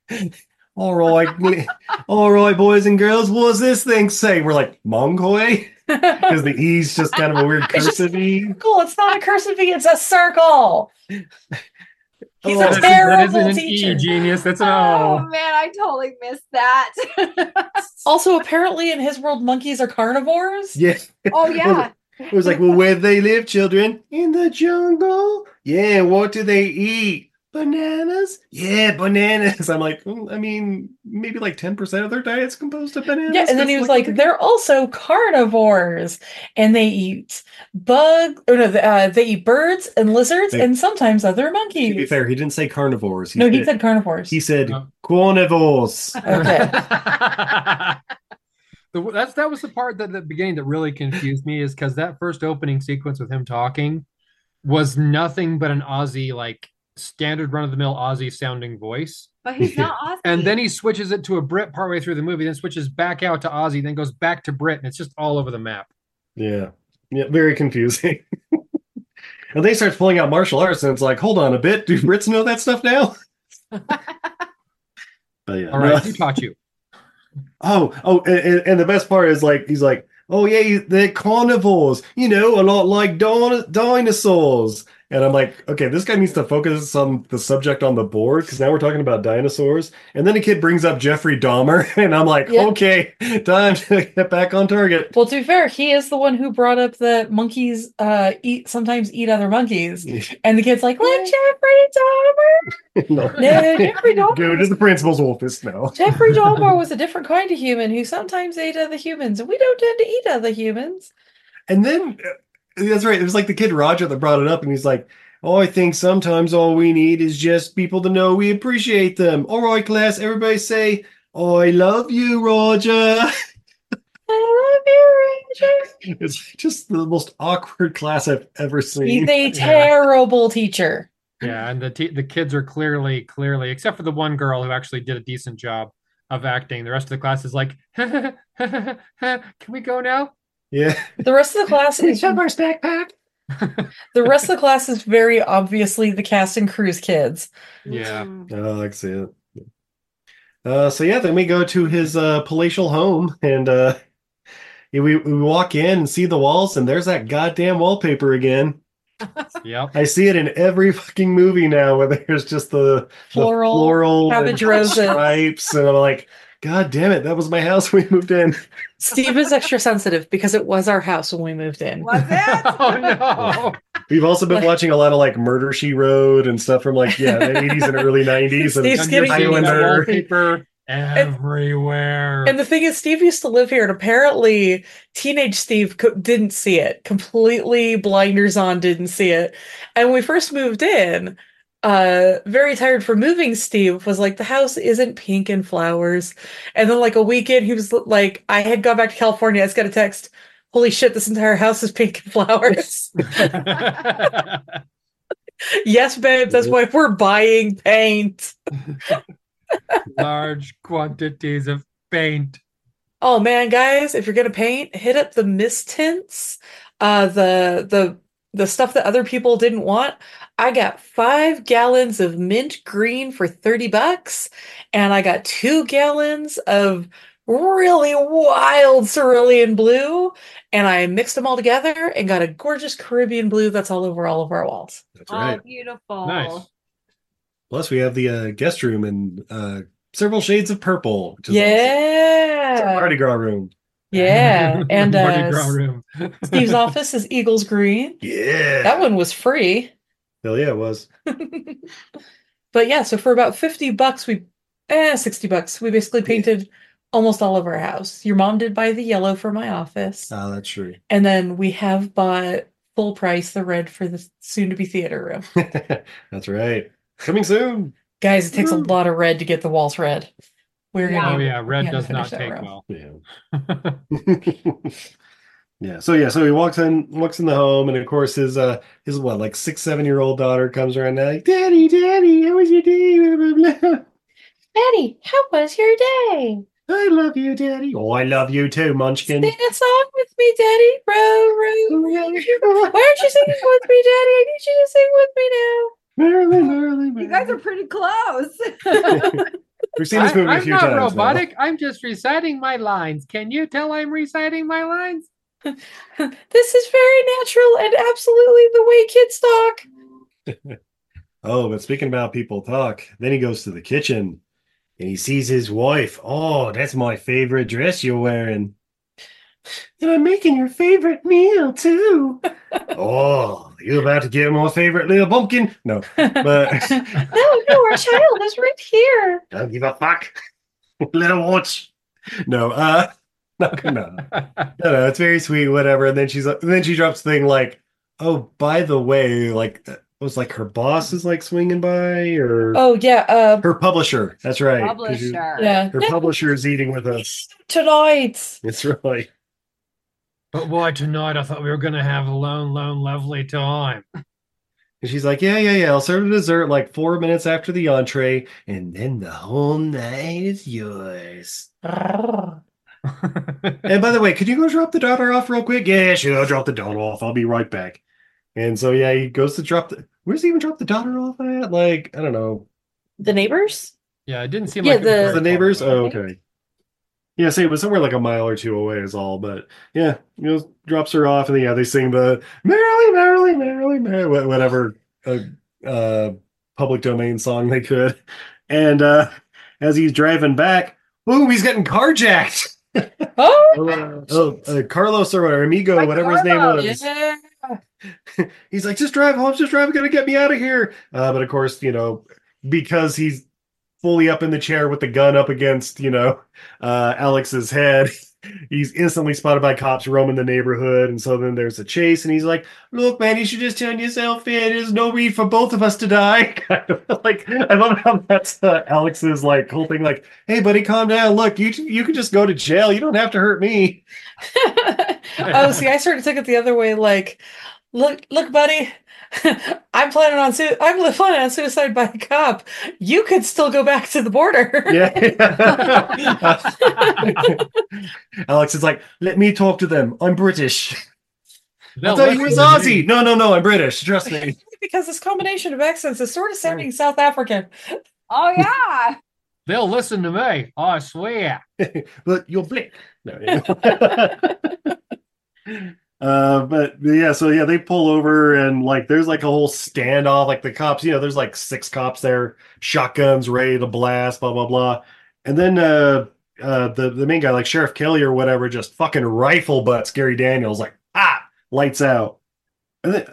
B: All right, all right, boys and girls, what does this thing say? We're like Mongoi because the E's just kind of a weird
E: (laughs) It's just-
B: cursive E.
E: Cool. It's not a cursive V. It's a circle.
B: Oh,
E: He's
D: That
E: a
D: isn't-
E: terrible
D: that isn't
E: teacher.
D: An e, genius. That's an
A: Oh
D: O.
A: man, I totally missed
D: (laughs)
A: that.
E: Also, apparently in his world, monkeys are carnivores.
B: Yeah.
A: Oh
B: yeah. (laughs) It was like, well, where do they live, children? In the jungle. Yeah. What do they eat? Bananas. Yeah, bananas. I'm like, "Mm, I mean, maybe like ten percent of their diet's composed of bananas.
E: Yeah, and then he
B: That's
E: was like, "They're also carnivores, and they eat bug or no, uh, they eat birds and lizards,
B: They-
E: and sometimes other monkeys."
B: To be fair, he didn't say carnivores.
E: no, he said carnivores.
B: he said carnivores.
E: Oh. Okay.
D: (laughs) The- that's that was the part that the beginning that really confused me is because that first opening sequence with him talking was nothing but an Aussie like standard run of the mill Aussie sounding voice.
A: but he's not Aussie.
D: (laughs) And then he switches it to a Brit partway through the movie, then switches back out to Aussie, then goes back to Brit, and it's just all over the map.
B: Yeah. Yeah, very confusing. (laughs) and they start pulling out martial arts, and it's like, hold on a bit. Do Brits know that stuff now? (laughs) but yeah.
D: All
B: no.
D: right, who taught you?
B: Oh, oh, and- and, and the best part is like he's like, oh yeah, you- they're carnivores, you know, a lot like don- dinosaurs. And I'm like, okay, this guy needs to focus on the subject on the board because now we're talking about dinosaurs. And then the kid brings up Jeffrey Dahmer, (laughs) and I'm like,
E: Yeah.
B: okay, time to get back on target. (laughs)
E: well, to be fair, he is the one who brought up that monkeys uh, eat sometimes eat other monkeys, and the kid's like, "Let
B: (laughs)
E: Jeffrey
B: No.
E: Dahmer." No, Jeffrey Dahmer.
B: Go to the principal's office now. (laughs)
E: Jeffrey Dahmer was a different kind of human who sometimes ate other humans, and we don't tend to eat other humans.
B: And then uh, that's right. It was like the kid Roger that brought it up, and he's like, "Oh, I think sometimes all we need is just people to know we appreciate them." All right, class, everybody say, "I love you, Roger." (laughs)
E: I love you, Ranger.
B: it's just the most awkward class I've ever seen.
E: He's a terrible teacher.
D: Yeah, and the t- the kids are clearly, clearly, except for the one girl who actually did a decent job of acting. The rest of the class is like, (laughs) can we go now?
B: (laughs)
D: (laughs)
B: yeah,
E: The rest of the class is
B: Dunbar's backpack.
E: the rest of the class is very obviously the cast and cruise kids.
D: Yeah.
B: Oh, I can see it. Uh, so yeah, then we go to his uh, palatial home, and uh, we we walk in and see the walls, and there's that goddamn wallpaper again.
D: Yep.
B: I see it in every fucking movie now where there's just the the
E: Floral
B: floral and
E: cabbage roses.
B: stripes, and I'm like, God damn it, that was my house (laughs) when we moved in.
E: Steve is extra sensitive because it was our house when we moved in.
A: Was it?
D: (laughs) oh
E: (laughs)
D: no.
B: We've also been watching a lot of like Murder She Wrote and stuff from like yeah the 80s and
E: (laughs)
B: early 90s and
E: Steve's
D: And you're
E: giving
D: seeing that
B: Highlander.
D: wallpaper everywhere.
E: And the thing is, Steve used to live here, and apparently, teenage Steve co- didn't see it. Completely blinders on, didn't see it. And when we first moved in, uh, very tired from moving, Steve was like, "The house isn't pink and flowers." And then, like a weekend, he was l- like, "I had gone back to California. I just got a text. Holy shit, this entire house is pink and (laughs) flowers." yes, babe, that's why we're buying paint.
D: (laughs) Large quantities of paint.
E: Oh man, guys, if you're gonna paint, hit up the mist tints, uh, the the the stuff that other people didn't want. I got five gallons of mint green for 30 bucks, and I got two gallons of really wild cerulean blue, and I mixed them all together and got a gorgeous Caribbean blue that's all over all of our walls.
B: That's
A: Oh,
B: right.
A: beautiful.
D: Nice.
B: Plus we have the uh, guest room in uh, several shades of purple. Which is awesome. It's a
E: Yeah,
B: Mardi Gras room. (laughs)
D: (laughs)
E: yeah, and
D: Mardi
E: uh,
D: Gras room.
E: Steve's office is Eagles green.
B: (laughs) Yeah,
E: That one was free.
B: Hell yeah, it was.
E: but yeah, so for about 50 bucks, we, eh, 60 bucks, we basically painted almost all of our house. Your mom did buy the yellow for my office.
B: Ah, that's true. (laughs)
E: And then we have bought full price the red for the soon to be theater room.
B: that's right. Coming soon.
E: Guys, it takes a
B: Woo.
E: lot of red to get the walls red. We're
A: Yeah.
D: (laughs) Oh
E: gonna, (laughs)
D: yeah, red
E: Yeah,
D: does
E: finish
D: not
E: that
D: take
E: round.
D: well. (laughs)
B: Yeah. (laughs) yeah. So yeah, so he walks in walks in the home and of course his uh his what like six, seven year old daughter comes around now like, Daddy, Daddy, how was your day? Blah, blah, (laughs) blah.
C: Betty, how was your day?
B: I love you, Daddy. Oh, I love you too, Munchkin.
E: sing a song with me, Daddy. Row, row, row.
B: (laughs)
E: Why aren't you singing with me, Daddy? I need you to sing with me now. (laughs)
B: Merrily, merrily,
A: You guys are
B: merrily.
D: (laughs)
A: pretty close.
B: We've seen this
D: I-
B: movie a
D: I'm
B: few
D: not
B: times. now.
D: robotic. I'm just reciting my lines. Can you tell I'm reciting my lines? (laughs)
E: This is very natural and absolutely the way kids talk.
B: Oh, but speaking about people talk, then he goes to the kitchen and he sees his wife. Oh, that's my favorite dress you're wearing. And I'm making your favorite meal too. Oh, you about to get my favorite little pumpkin? No,
E: (laughs)
B: but
C: No, no, our child is right here.
B: don't give a fuck. little watch. No, uh, (laughs) no, no, no, no, no, it's very sweet, whatever. And then she's like, and then she drops the thing like, oh, by the way, like, it was like her boss is like swinging by or
E: Oh yeah, uh,
B: her publisher. That's right. 'cause you-
A: Publisher.
E: Yeah.
B: Her publisher is eating with us. (laughs)
E: tonight.
B: It's really
D: But why tonight? I thought we were going to have a lone, lone, lovely
B: (laughs)
D: time.
B: and she's like, yeah, yeah, yeah. I'll serve the dessert like four minutes after the entree, and then the whole night is yours. and by the way, could you go drop the daughter off real quick? Yeah, sure. I'll drop the daughter off. I'll be right back. And so yeah, he goes to drop the. Where's he even drop the daughter off at? Like I don't know.
E: The neighbors?
D: Yeah, it didn't seem
E: Yeah,
D: like it was
E: the-
D: very
B: the neighbors.
D: far away.
B: Oh, okay. Yeah, see, it was somewhere like a mile or two away, is all. But yeah, you know, drops her off, and yeah, they sing the merrily, merrily, merrily, merrily, wha- whatever uh, uh, public domain song they could. And uh, as he's driving back, boom, he's getting carjacked.
E: Oh,
B: (laughs) Oh, uh, oh, uh, Carlos or whatever, Amigo,
A: By
B: whatever his name
A: Carlos.
B: was.
E: yeah.
B: (laughs) He's like, just drive home, just drive, gonna get me out of here. Uh, but of course, you know, because he's fully up in the chair with the gun up against, you know, uh, Alex's head, (laughs) he's instantly spotted by cops roaming the neighborhood. And so then there's a chase, and he's like, look, man, you should just turn yourself in. There's no need for both of us to die. (laughs) Kind of like, I love how that's uh, Alex's like whole thing, like, hey, buddy, calm down. Look, you you can just go to jail. You don't have to hurt me.
E: oh, see, I sort of took it the other way. Like, look, look, buddy, (laughs) I'm planning on su- I'm li- planning on suicide by a cop. You could still go back to the border. (laughs)
B: Oh, Yeah. (laughs)
D: (laughs)
B: Alex is like, let me talk to them. I'm British. I
D: They'll
B: thought you was
D: listen to me.
B: Aussie. No, no, no. I'm British. Trust me.
E: because this combination of accents is sort of sounding South African.
A: Oh yeah.
D: They'll listen to me. I swear.
B: But you're black. No. yeah. (laughs) uh, but yeah, so yeah, they pull over and like, there's like a whole standoff. Like the cops, you know, there's like six cops there, shotguns ready to blast, blah blah blah. And then uh, uh, the the main guy, like Sheriff Kelly or whatever, just fucking rifle butts Gary Daniels, like ah, lights out. And then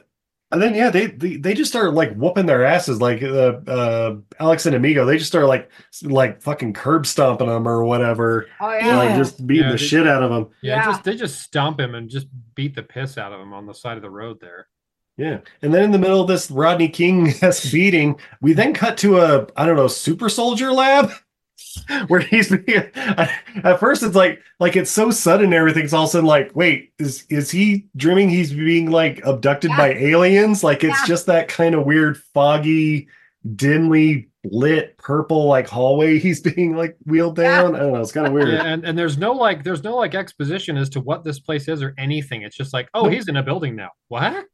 B: and then yeah, they they, they just start like whooping their asses, like uh, uh, Alex and Amigo. They just start like s- like fucking curb stomping them or whatever,
A: Oh
E: Yeah.
A: yeah.
B: like just beating
D: Yeah,
B: the
D: they-
B: shit out of them.
D: Yeah,
A: Yeah.
D: just they just stomp him and just beat the piss out of him on the side of the road there.
B: Yeah. And then in the middle of this Rodney King (laughs) beating, we then cut to a, I don't know, super soldier lab (laughs) where he's being, (laughs) at first it's like, like it's so sudden and everything's all of a sudden like, wait, is, is he dreaming he's being like abducted by aliens? Like it's
A: Yeah.
B: just that kind of weird, foggy, dimly lit purple like hallway (laughs) he's being like wheeled
A: Yeah.
B: down. I don't know. It's kind of weird.
D: Yeah, and, and there's no like there's no like exposition as to what this place is or anything. It's just like, oh, he's in a building now. What?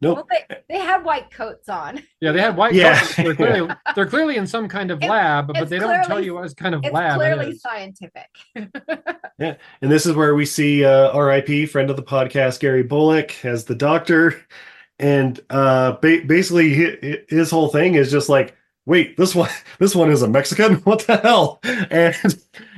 B: Nope.
A: Well, they, they had white coats on.
D: Yeah, they had white
B: Yeah.
D: coats. They're clearly, they're clearly in some kind of
A: It's-
D: lab, but
A: it's
D: they don't tell
A: clearly-
D: you what kind of
A: It's
D: lab it
A: clearly
D: is.
A: scientific.
B: And this is where we see uh, RIP, friend of the podcast, Gary Bullock, as the doctor. And uh, ba- basically, his, his whole thing is just like, wait, this one, (laughs) this one is a Mexican. (laughs) What the hell? And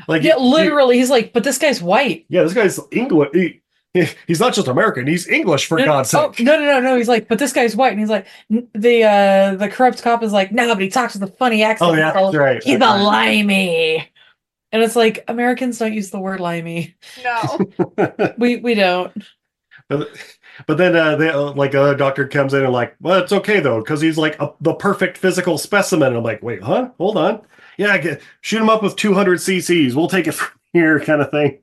B: like,
E: yeah, literally, he's like, but this guy's white.
B: yeah, this guy's English. He, he- he's not just American. He's English for
E: no, no,
B: God's
E: oh,
B: sake.
E: no, no, no, no. He's like, but this guy's white, and he's like, n- the uh, the corrupt cop is like, no, but he talks with a funny accent.
B: Oh, yeah,
E: So
B: that's right.
E: he's a
B: That's
E: limey, and it's like Americans don't use the word
B: (laughs)
E: limey.
A: No.
D: (laughs)
B: right.
E: We we don't.
B: but, but then, uh, they, uh, like, the other doctor comes in and like, well, it's okay though, because he's like a, the perfect physical specimen. And I'm like, wait, huh? Hold on. Yeah, I get, shoot him up with 200 cc's. We'll take it (laughs) from here, kind of thing.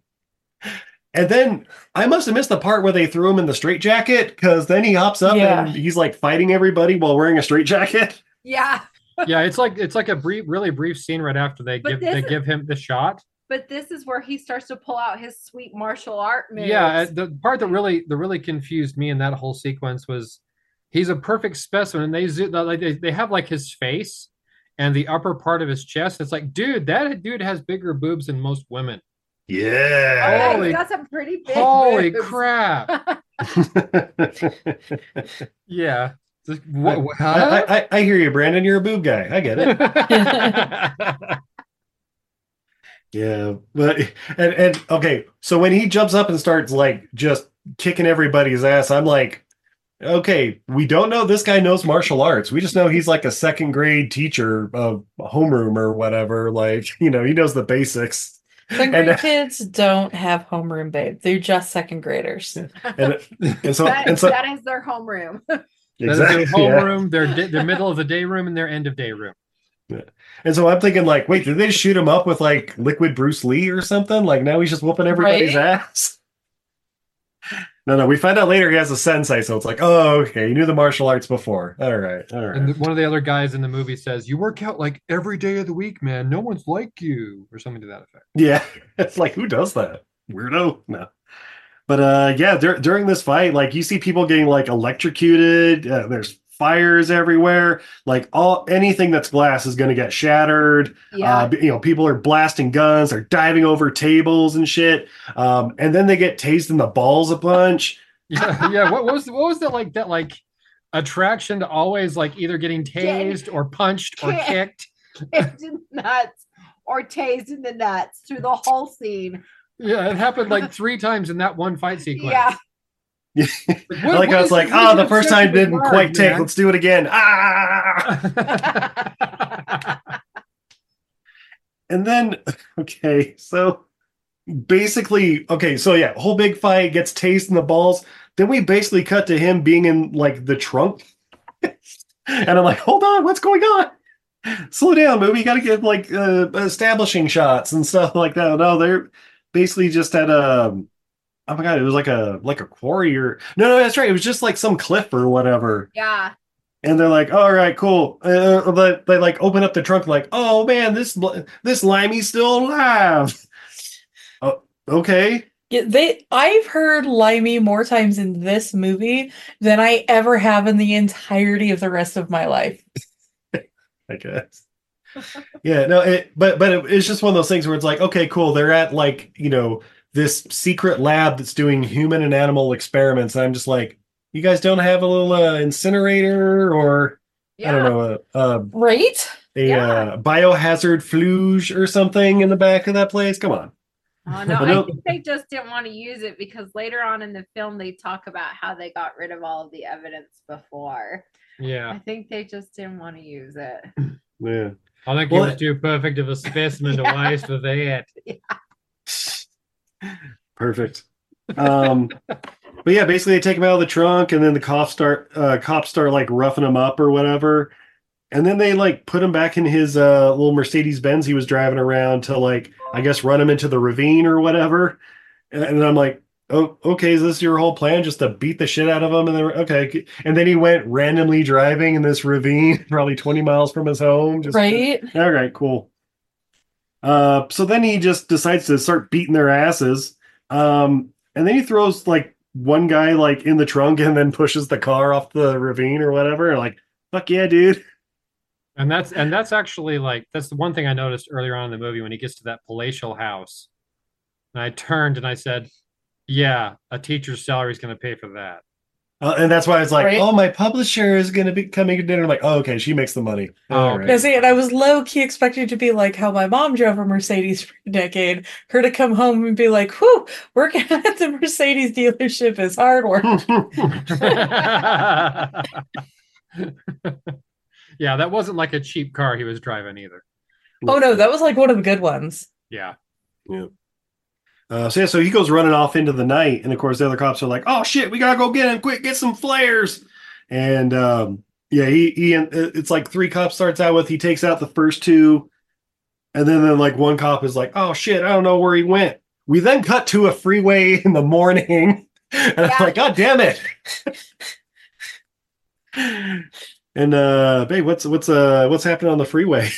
B: And then I must have missed the part where they threw him in the straitjacket because then he hops up
E: Yeah.
B: and he's like fighting everybody while wearing a straitjacket.
A: yeah.
D: yeah, it's like it's like a brief, really brief scene right after they
A: But
D: give
A: this
D: they
A: is-
D: give him the shot.
A: But this is where he starts to pull out his sweet martial art moves.
D: Yeah, uh, the part that really that really confused me in that whole sequence was he's a perfect specimen, and they zo- like they, they have like his face, and the upper part of his chest. It's like, dude, that dude has bigger boobs than most women.
B: Yeah. (laughs)
D: Holy,
A: He's got some pretty big
D: holy
A: boobs.
D: crap! yeah. Just- wha- wha-
B: I,
D: huh?
B: I, I- I hear you, Brandon. You're a boob guy. I get it. yeah, but and and okay. So when he jumps up and starts like just kicking everybody's ass, I'm like, okay, we don't know this guy knows martial arts. We just know he's like a second grade teacher of homeroom or whatever. Like (laughs) you know, he knows the basics.
E: Second
B: And- uh,
E: grade kids don't have homeroom, babe. They're just second graders.
B: And and so
A: (laughs) That-
B: and so
A: that is their homeroom.
D: That is
B: Exactly,
D: their
B: (laughs)
D: home
B: yeah.
D: room, their di- their middle of the day room, and their end of day room.
B: and so I'm thinking like, wait, did they shoot him up with like liquid Bruce Lee or something? Like now he's just whooping everybody's
E: Right?
B: ass. (laughs) No, no, we find out later he has a sensei, so it's like, oh, okay, he knew the martial arts before. All right, all right.
D: And th- one of the other guys in the movie says, "You work out like every day of the week, man. No one's like you," or something to that effect.
B: Yeah, (laughs) it's like, who does that? Weirdo. No. But uh, yeah, dur- during this fight, like you see people getting like electrocuted. Uh, there's fires everywhere. Like all anything that's glass is going to get shattered.
A: Yeah.
B: Uh, b- you know, people are blasting guns, they're diving over tables and shit. Um, and then they get tased in the balls a bunch.
D: (laughs) Yeah, yeah. What, what was what was that like? That like attraction to always like either getting tased or punched or
A: Kick.
D: kicked.
A: kicked (laughs) in the nuts or tased in the nuts through the whole scene.
D: Yeah, it happened like three times in that one fight sequence.
A: Yeah.
D: Like, "Ah,
B: I like how it's like, oh, the first time didn't quite take.
D: take.
B: Let's do it again. Ah! and then, (laughs) okay, so basically, okay, so yeah, whole big fight gets tased in the balls. Then we basically cut to him being in like the trunk. (laughs) and I'm like, hold on, what's going on? Slow down, movie. You got to get like uh, establishing shots and stuff like that. No, they're basically just at a. Oh my god, it was like a like a quarry or no, no, that's right. It was just like some cliff or whatever
A: Yeah.
B: and they're like, "All right, cool." Uh, but they like open up the trunk, like, "Oh man, this li- this limey's still alive." (laughs) oh, okay.
E: Yeah, they I've heard limey more times in this movie than I ever have in the entirety of the rest of my life.
B: I guess. yeah, no, it, but but it, it's just one of those things where it's like, okay, cool. They're at like you know this secret lab that's doing human and animal experiments, and I'm just like, you guys don't have a little uh, incinerator or I don't know a, a,
E: Right?
B: a uh, biohazard fluge or something in the back of that place. Come on.
A: Oh, no,
B: I
A: I
B: don't-
A: think they just didn't want to use it because later on in the film they talk about how they got rid of all of the evidence before.
D: (laughs)
A: I
D: Yeah,
A: think they just didn't want to
B: (laughs)
A: use it.
B: Yeah.
D: I think
B: Well,
D: he was too perfect of a specimen
A: Yeah.
D: to waste for that.
B: Perfect. Um, but yeah, basically they take him out of the trunk, and then the cops start uh, cops start like roughing him up or whatever, and then they like put him back in his uh, little Mercedes Benz he was driving around to like I guess run him into the ravine or whatever, and, and I'm like. Oh, okay. Is this your whole plan, just to beat the shit out of him? And then, okay, and then he went randomly driving in this ravine, (laughs) probably twenty miles from his home. Just
E: Right?
B: all right, cool. Uh, so then he just decides to start beating their asses. Um, and then he throws like one guy like in the trunk and then pushes the car off the ravine or whatever. Like, fuck yeah, dude.
D: And that's and that's actually like that's the one thing I noticed earlier on in the movie when he gets to that palatial house. And I turned and I said, Yeah, a teacher's salary is gonna pay for that. (laughs)
B: Uh, and that's why it's like,
E: Right.
B: oh, my publisher is gonna be coming to dinner. I'm like, oh, okay, she makes the money. All
D: Oh,
B: right.
E: Now, see, and I was low key expecting to be like how my mom drove a Mercedes for a decade, her to come home and be like, whew, working (laughs) at the Mercedes dealership is hard work.
B: Hmm.
D: yeah, that wasn't like a cheap car he was driving either.
E: oh no, that was like one of the good ones.
D: Yeah.
B: Uh, so yeah, so he goes running off into the night, and of course the other cops are like, "Oh shit, we gotta go get him! Quick, get some flares!" And um, yeah, he he and it's like three cops starts out with. He takes out the first two, and then then like one cop is like, "Oh shit, I don't know where he went." We then cut to a freeway (laughs) in the morning, and
A: Yeah.
B: I'm like, "God damn it!" and uh, babe, what's what's uh what's happening on the freeway?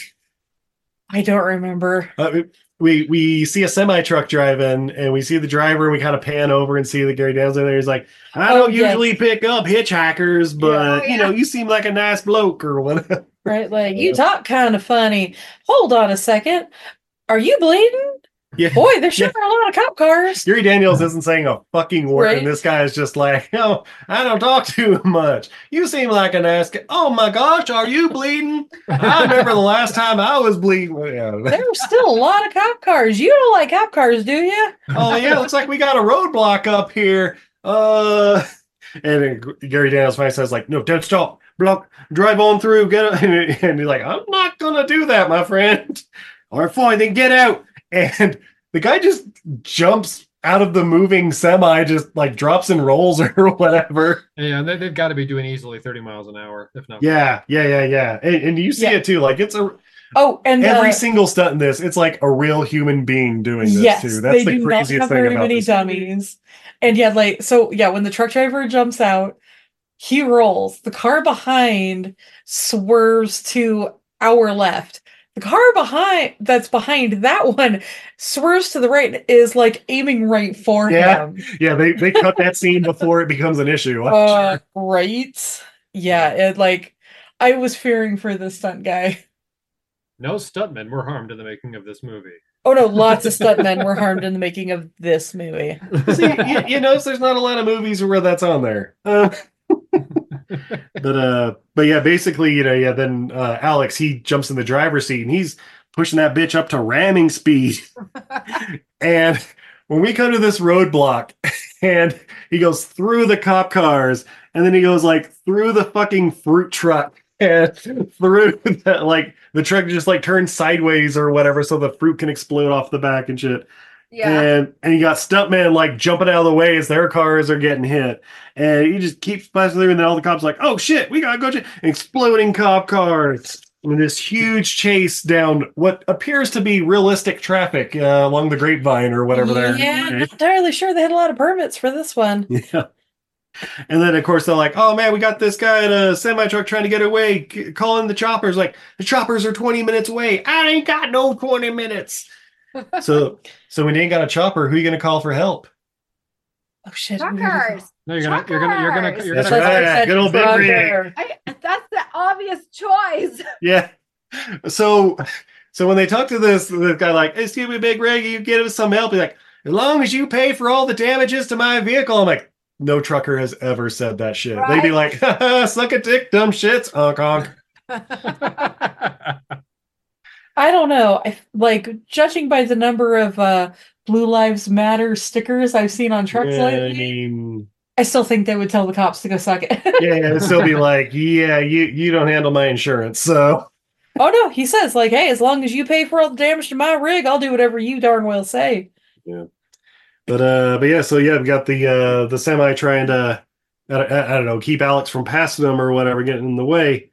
E: I don't remember.
B: Uh, we- we we see a semi truck drive in, and we see the driver, and we kind of pan over and see that Gary Downs in there. He's like, "I
E: Oh,
B: don't
E: yes. oh,
B: usually pick up hitchhikers, but you know, you seem like a nice bloke or whatever."
E: Right? Like, you talk kind of funny. Hold on a second. Are you bleeding?
B: (laughs) Yeah.
E: Boy, they're shooting a lot of cop cars.
B: Yuri Daniels isn't saying a fucking word,
E: Right.
B: and this guy is just like, (laughs) "No, I don't talk too much. You seem like an ass. ca- Oh my gosh, are you bleeding? I remember the last time I was bleeding. (laughs) Yeah.
E: There's still a lot of cop cars. You don't like cop cars, do you?
B: oh yeah, looks like we got a roadblock up here. Uh, and then G- Gary Daniels finally says like, "No, don't stop, block, drive on through, get." Up. (laughs) And he's like, "I'm not gonna do that, my friend." (laughs) All right, fine, then get out. And the guy just jumps out of the moving semi, just like drops and rolls (laughs) or whatever.
D: (laughs) Yeah, they, they've got to be doing easily 30 miles an hour, if not.
B: Yeah, yeah, yeah, yeah. And, and you see
E: Yeah.
B: it too. Like it's a
E: Oh, and
B: every
E: uh,
B: single stunt in this, it's like a real human being doing this
E: yes,
B: too. That's
E: they
B: the
E: do
B: craziest
E: not have
B: thing
E: very
B: about
E: many
B: this.
E: dummies. And yeah, like so, yeah, when the truck driver jumps out, he rolls. The car behind swerves to our left. The car behind that's behind that one swerves to the right and is like aiming right for
B: Yeah.
E: him.
B: Yeah, they, they cut that scene before it becomes an issue.
E: Uh, right? Yeah, it like I was fearing for the stunt guy.
D: No stuntmen were harmed in the making of this movie.
E: Oh no, lots of stuntmen were harmed in the making of this movie.
D: (laughs)
B: See, you, you notice there's not a lot of movies where that's on there. Uh, but uh, but yeah, basically, you know, yeah. Then uh, Alex he jumps in the driver's seat and he's pushing that bitch up to ramming speed. and when we come to this roadblock, and he goes through the cop cars, and then he goes like through the fucking fruit truck. And through the, like the truck just like turns sideways or whatever, so the fruit can explode off the back and shit.
A: Yeah.
B: And and you got stuntmen like jumping out of the way as their cars are getting hit. And he just keeps flashing through, and then all the cops are like, oh shit, we gotta go. ch-" Exploding cop cars. And this huge chase down what appears to be realistic traffic uh, along the grapevine or whatever there.
E: Yeah, I'm not entirely sure they had a lot of permits for this one.
B: Yeah. And then, of course, they're like, oh man, we got this guy in a semi truck trying to get away, C- calling the choppers. Like, the choppers are 20 minutes away. I ain't got no 20 minutes. so, so when you ain't got a chopper, who you going to call for help?
E: Oh shit! I'm gonna-
A: Truckers.
D: No, you're gonna, you're gonna, you're gonna, you're
B: That's
D: gonna.
B: right.
E: I said
B: Good old Big
E: trucker.
A: I, that's the obvious choice. (laughs)
B: Yeah. So, so when they talk to this, this guy, like, excuse me, Big Rig, you give us some help. He's like, as long as you pay for all the damages to my vehicle, I'm like, no trucker has ever said that shit. They'd be like, (laughs) suck a dick, dumb shits, honk honk.
D: (laughs)
E: I don't know. I like judging by the number of uh Blue Lives Matter stickers I've seen on trucks
B: Yeah, I
E: lately,
B: mean,
E: I still think they would tell the cops to go suck it. (laughs)
B: yeah, it'd still be like, yeah, you you don't handle my insurance, so
E: oh no, he says like, "Hey, as long as you pay for all the damage to my rig, I'll do whatever you darn well say."
B: But uh, but yeah, so yeah, we got the uh the semi trying to I, I, I don't know keep Alex from passing him or whatever, getting in the way.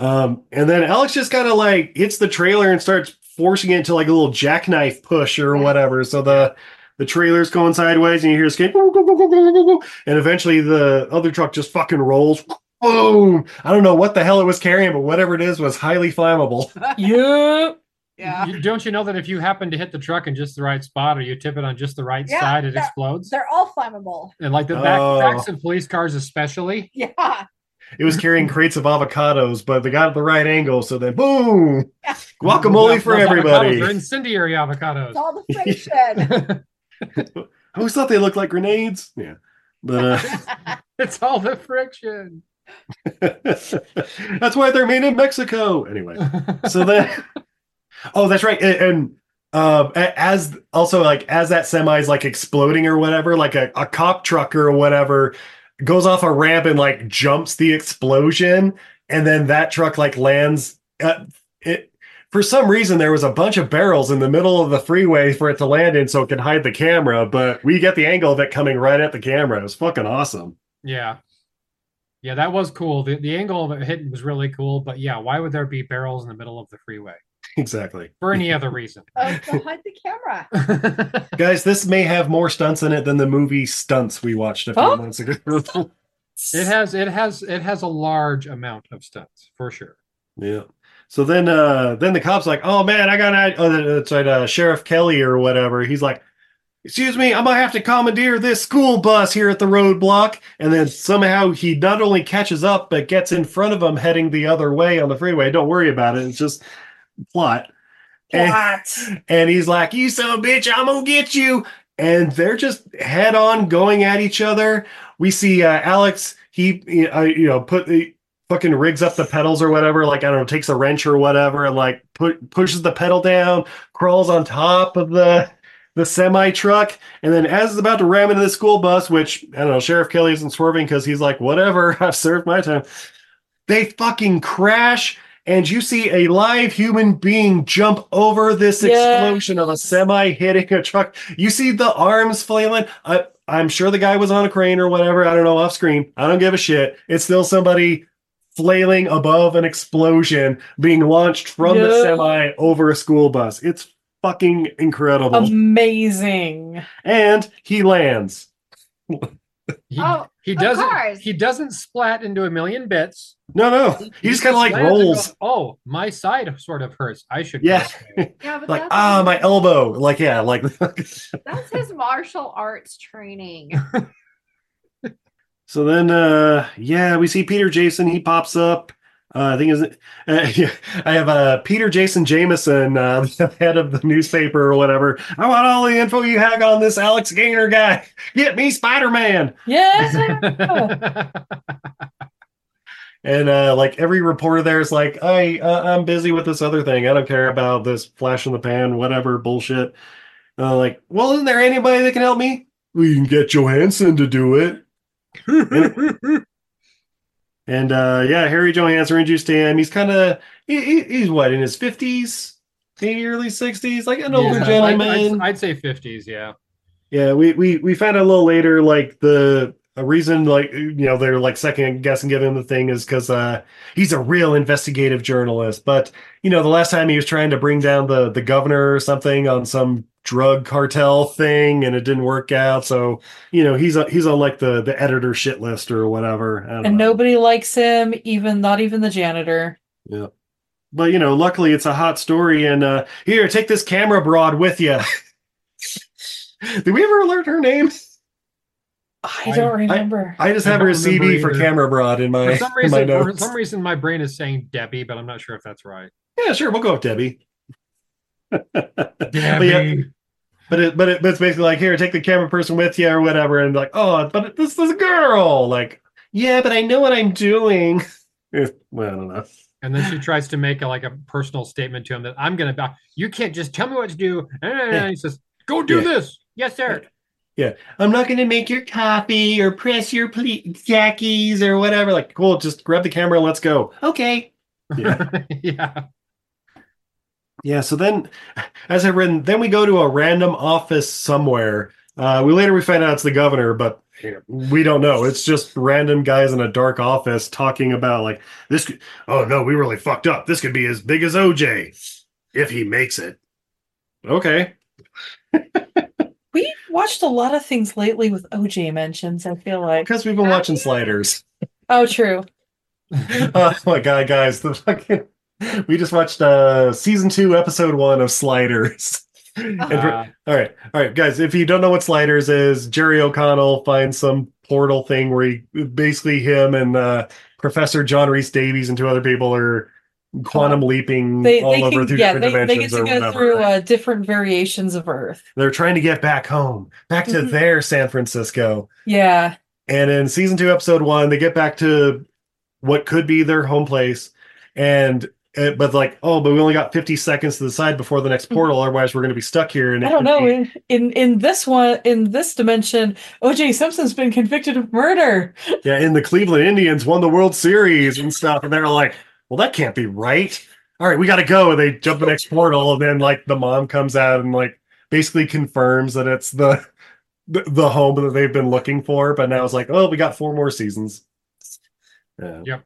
B: Um, and then Alex just kind of like hits the trailer and starts forcing it to like a little jackknife push or whatever. So the the trailer's going sideways and you hear skid, and eventually the other truck just fucking rolls. Boom! I don't know what the hell it was carrying, but whatever it is was highly flammable.
E: Yep.
A: Yeah.
D: You- don't you know that if you happen to hit the truck in just the right spot, or you tip it on just the right
A: Yeah,
D: side, it
A: that-
D: explodes?
A: They're all flammable.
D: And like the back,
B: Oh.
D: backs of police cars, especially.
A: Yeah.
B: It was
D: (laughs)
B: carrying crates of avocados, but they got at the right angle, so then boom! Guacamole for
D: Those avocados
B: everybody.
D: are incendiary
A: It's
D: avocados.
A: all
B: (laughs)
A: the friction.
B: I always thought they looked like grenades. Yeah. But
D: (laughs) (laughs) it's all the friction.
B: uh, (laughs) that's why they're made in Mexico. Anyway, so then, oh, that's right. And, and um, a- as also like as that semi is like exploding or whatever, like a, a cop truck or whatever goes off a ramp and like jumps the explosion, and then that truck like lands. At, it for some reason there was a bunch of barrels in the middle of the freeway for it to land in, so it could hide the camera. But we get the angle of it coming right at the camera. It was fucking awesome. (laughs)
D: Yeah. Yeah, that was cool. The, the angle of it hitting was really cool, but yeah, why would there be barrels in the middle of the freeway
B: Exactly.
D: for any
B: (laughs)
D: other reason? (laughs)
A: Oh, so hide the camera.
B: Guys, this may have more stunts in it than the movie Stunts we watched a few
E: Oh.
B: months ago. (laughs)
D: It has it has it has a large amount of stunts for sure.
B: yeah. So then, uh, then the cop's like, "Oh man, I got an." Oh, that's right, uh, Sheriff Kelly or whatever. He's like, "Excuse me, I'm gonna have to commandeer this school bus here at the roadblock." And then somehow he not only catches up but gets in front of him heading the other way on the freeway. Don't worry about it. It's just plot. And- And, he's like, "You son of a bitch, I'm gonna get you." And they're just head on going at each other. We see uh, Alex. He, uh, you know, put the fucking rigs up the pedals or whatever. Like I don't know, takes a wrench or whatever, and like put pushes the pedal down, crawls on top of the the semi truck, and then as it's about to ram into the school bus, which I don't know, Sheriff Kelly isn't swerving because he's like, "Whatever, (laughs) I've served my time." they fucking crash and you see a live human being jump over this
E: Yes.
B: explosion of a semi hitting a truck. You see the arms flailing. uh, I, I'm sure the guy was on a crane or whatever. I don't know, off screen. I don't give a shit. It's still somebody flailing above an explosion being launched from the
E: Yeah.
B: semi over a school bus. It's fucking incredible.
E: Amazing.
B: and he lands.
D: He,
A: Oh,
D: he
A: of
D: doesn't.
A: course.
D: He doesn't splat into a million bits.
B: No, no. He just kind of like
D: lands and
B: rolls.
D: goes, oh, my side sort of hurts. I should.
B: Yeah.
D: (laughs)
A: Yeah, but
B: like,
A: that's,
B: ah, my elbow. Like, yeah, like (laughs)
A: that's his martial arts training.
B: So then, uh, yeah, we see Peter Jason. He pops up. Uh, I think is uh, (laughs) yeah, I have uh, Peter Jason Jameson, uh, (laughs) the head of the newspaper or whatever. I want all the info you have on this Alex Gainer guy. Get me Spider Man. (laughs)
E: Yeah.
B: And uh, like every reporter there is like, I uh, I'm busy with this other thing. I don't care about this flash in the pan, whatever bullshit. And they're like, well, isn't there anybody that can help me? We can get Johansson to do it. And uh, yeah, Harry Johansson introduced him. He's kind of he, he- he's what in his fifties, maybe early sixties, like an older
D: Yeah, I'd-
B: gentleman.
D: I'd, I'd say fifties. Yeah.
B: Yeah, we we we found out a little later like the a reason like you know they're like second guessing giving him the thing is because uh he's a real investigative journalist. But you know the last time he was trying to bring down the the governor or something on some drug cartel thing and it didn't work out. So you know he's a, he's on like the the editor shit list or whatever. I don't
E: and
B: know.
E: nobody likes him, even not even the janitor.
B: Yeah. But you know, luckily it's a hot story and uh here, take this camera broad with you. (laughs) Did we ever learn her name?
E: I don't remember.
B: I just
D: I
B: have
D: don't
B: her CD
D: remember
B: for
D: either.
B: camera broad in my,
D: For some
B: (laughs) in my
D: reason, for
B: notes.
D: some reason, my brain is saying Debbie, but I'm not sure if
B: (laughs)
D: that's right.
B: yeah, sure, we'll go with Debbie. (laughs)
D: Debbie.
B: But it, but it, but it's basically like here, take the camera person with you or whatever, and like, oh, but it, this is a girl. Like, yeah, but I know what I'm doing. (laughs) well, I don't know.
D: And then she tries to make a, like a personal statement to him that I'm gonna. bow- You can't just tell me what to do. And he says, "Go do
B: Yeah.
D: this." Yes, sir.
B: Yeah, I'm not going to make your copy or press your ple- jackies or whatever. Like, cool, just grab the camera and let's go. Okay. Yeah.
D: (laughs) yeah.
B: yeah. So then, as I've written, then we go to a random office somewhere. Uh, we later we find out it's the governor, but you know, we don't know. It's just random guys in a dark office talking about like this. Could, oh no, we really fucked up. This could be as big as OJ if he makes it. Okay.
E: We've watched a lot of things lately with OJ mentions, I feel like.
B: Because we've been watching Sliders. (laughs)
E: Oh, true.
B: oh my god, guys, the fucking we just watched uh season two, episode one of Sliders. (laughs) And for-
D: Uh,
B: all right, all right, guys. If you don't know what Sliders is, Jerry O'Connell finds some portal thing where he basically him and uh Professor John Reese Davies and two other people are quantum leaping
E: Uh, They,
B: all
E: they,
B: over
E: can,
B: through
E: yeah, they,
B: different
E: they get
B: dimensions
E: to
B: or
E: go
B: whatever.
E: through uh, different variations of Earth.
B: They're trying to get back home, back to
E: Mhm.
B: their San Francisco.
E: Yeah.
B: And in season two, episode one, they get back to what could be their home place, and uh, but like, oh, but we only got fifty seconds to decide before the next portal, otherwise we're going to be stuck here. And
E: Mm-hmm. I
B: it
E: don't
B: could
E: know.
B: be-
E: In, in in this one, in this dimension, OJ Simpson's been convicted of murder.
B: yeah, and the Cleveland Indians won the World Series and stuff, and they're like, well, that can't be right. All right, we got to go. And they jump the next portal, and then like the mom comes out and like basically confirms that it's the the, the home that they've been looking for. But now it's like, oh, we got four more seasons. Yeah.
D: Yep.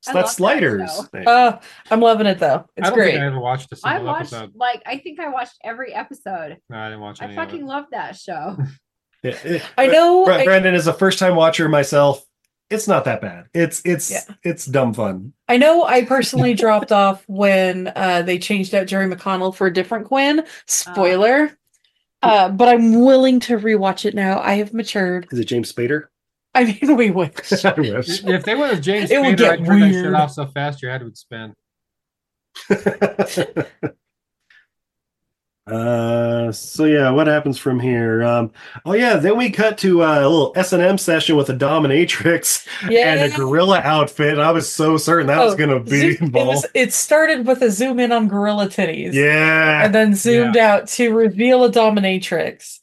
B: So
A: I
B: that's
A: love that
B: sliders.
A: show. Oh,
B: Thank you.
E: Uh, I'm loving it though.
D: I
E: It's
D: don't
E: great.
D: think I ever watched a
A: I
D: single
A: watched
D: episode.
A: like I think I watched every episode.
D: No, I didn't watch
A: I
D: any.
B: (laughs)
A: fucking love that show.
B: Yeah, eh,
E: I
B: Bra-
E: know.
B: Bra-
E: I-
B: Brandon is a first time watcher myself. it's not that bad. It's it's it's dumb fun.
E: I know I personally dropped off when uh, they changed out Jerry McConnell for a different Quinn.
D: Ah.
E: Spoiler. Uh, but I'm willing to rewatch it now. I have matured.
B: Is it James Spader?
E: I mean, we wish.
B: (laughs) I wish.
D: If they went with James
E: (laughs) It would
D: Spader,
E: get
D: I'd turn that
E: weird.
D: shit off so fast your head would spin.
B: (laughs) Uh, so yeah, what happens from here? Um, oh yeah, then we cut to uh, a little S and M session with a dominatrix and a
E: Yeah.
B: gorilla outfit. I was so certain that was
E: Oh,
B: gonna be
E: zoom- it,
B: involved.
E: was, it started with a zoom in on gorilla titties.
B: yeah,
E: (laughs) And then zoomed out to reveal a dominatrix.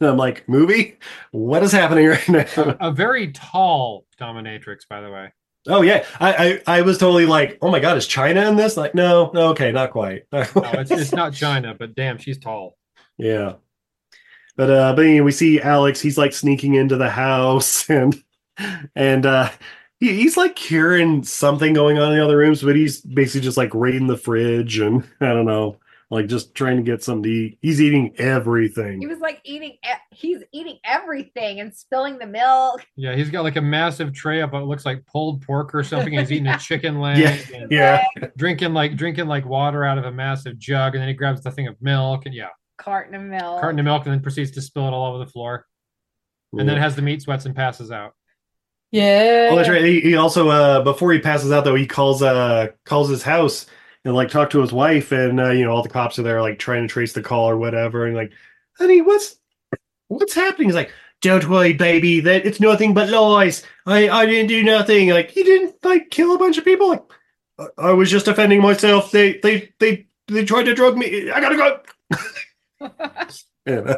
B: And I'm like, movie, what is happening right now? (laughs)
D: A very tall dominatrix, by the way.
B: oh yeah, I, I I was totally like, oh my god, is China in this? Like, no, no, okay, not quite. (laughs)
D: No, Oh, it's, it's not China, but damn, she's tall.
B: Yeah. But uh but anyway, we see Alex, he's like sneaking into the house (laughs) and and uh he, he's like hearing something going on in the other rooms, but he's basically just like raiding the fridge and (laughs) I don't know, like just trying to get something to eat. He's eating
A: He
B: everything.
A: was like eating, e- he's eating everything and spilling the milk.
D: Yeah, he's got like a massive tray of what looks like pulled pork or something. He's eating a chicken
B: (laughs)
D: leg,
B: Yeah,
D: and
B: yeah.
D: drinking like drinking like water out of a massive jug, and then he grabs the thing of milk, and yeah,
A: Carton of milk.
D: carton of milk, and then proceeds to spill it all over the floor, and then
B: Yeah.
D: has the meat sweats and passes out.
E: Yeah.
B: Oh, that's right. He, he also uh before he passes out though, he calls uh calls his house and like talk to his wife and uh, you know all the cops are there like trying to trace the call or whatever and like, honey, what's what's happening? He's like, Don't worry, baby, that it's nothing but lies. I I didn't do nothing. Like you didn't like kill a bunch of people. Like I, I was just defending myself. They they they they tried to drug me. I gotta go. (laughs) Yeah.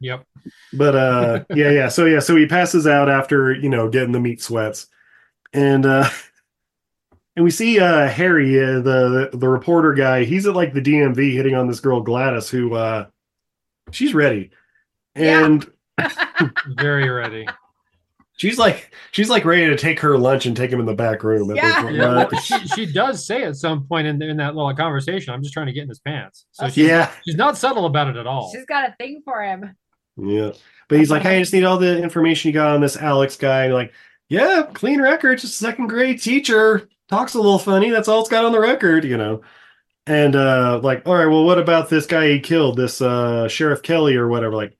D: Yep.
B: But uh yeah, yeah. So yeah, so he passes out after, you know, getting the meat sweats. And uh (laughs) and we see uh Harry, uh, the the reporter guy, he's at like the DMV hitting on this girl Gladys who uh she's ready. And
D: Very ready.
B: she's like she's like ready to take her lunch and take him in the back room. at this
A: Yeah.
B: point,
D: Yeah,
B: (laughs) right?
D: well, she, she does say at some point in, in that little conversation, "I'm just trying to get in his pants." So (laughs) she's,
B: Yeah.
D: she's not subtle about it at all.
A: She's got a thing for him.
B: Yeah. But he's like, "Hey, I just need all the information you got on this Alex guy. And like, yeah, clean record, just a second grade teacher. Talks a little funny. That's all it's got on the record, you know. And uh like, all right, well, what about this guy he killed, this uh Sheriff Kelly or whatever? Like,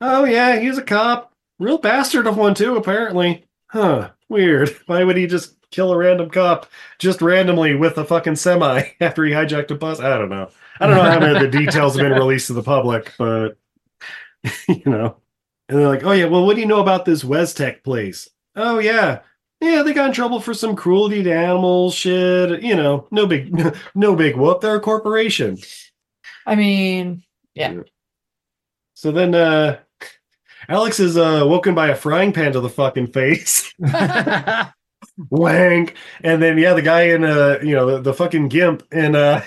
B: oh yeah, he's a cop. Real bastard of one too, apparently. Huh. Weird. (laughs) Why would he just kill a random cop just randomly with a fucking semi (laughs) after he hijacked a bus? I don't know. I don't know how many of the details have been released to the public, but you know. And they're like, oh yeah, well, what do you know about this Westech place? Oh yeah. Yeah, they got in trouble for some cruelty to animals shit. You know, no big (laughs) no big whoop. They're a corporation. (laughs)
E: I mean, yeah.
B: So then uh Alex is uh woken by a frying pan to the fucking face. (laughs)
E: (laughs)
D: (laughs)
B: Wank. And then yeah, the guy in uh you know the, the fucking gimp and uh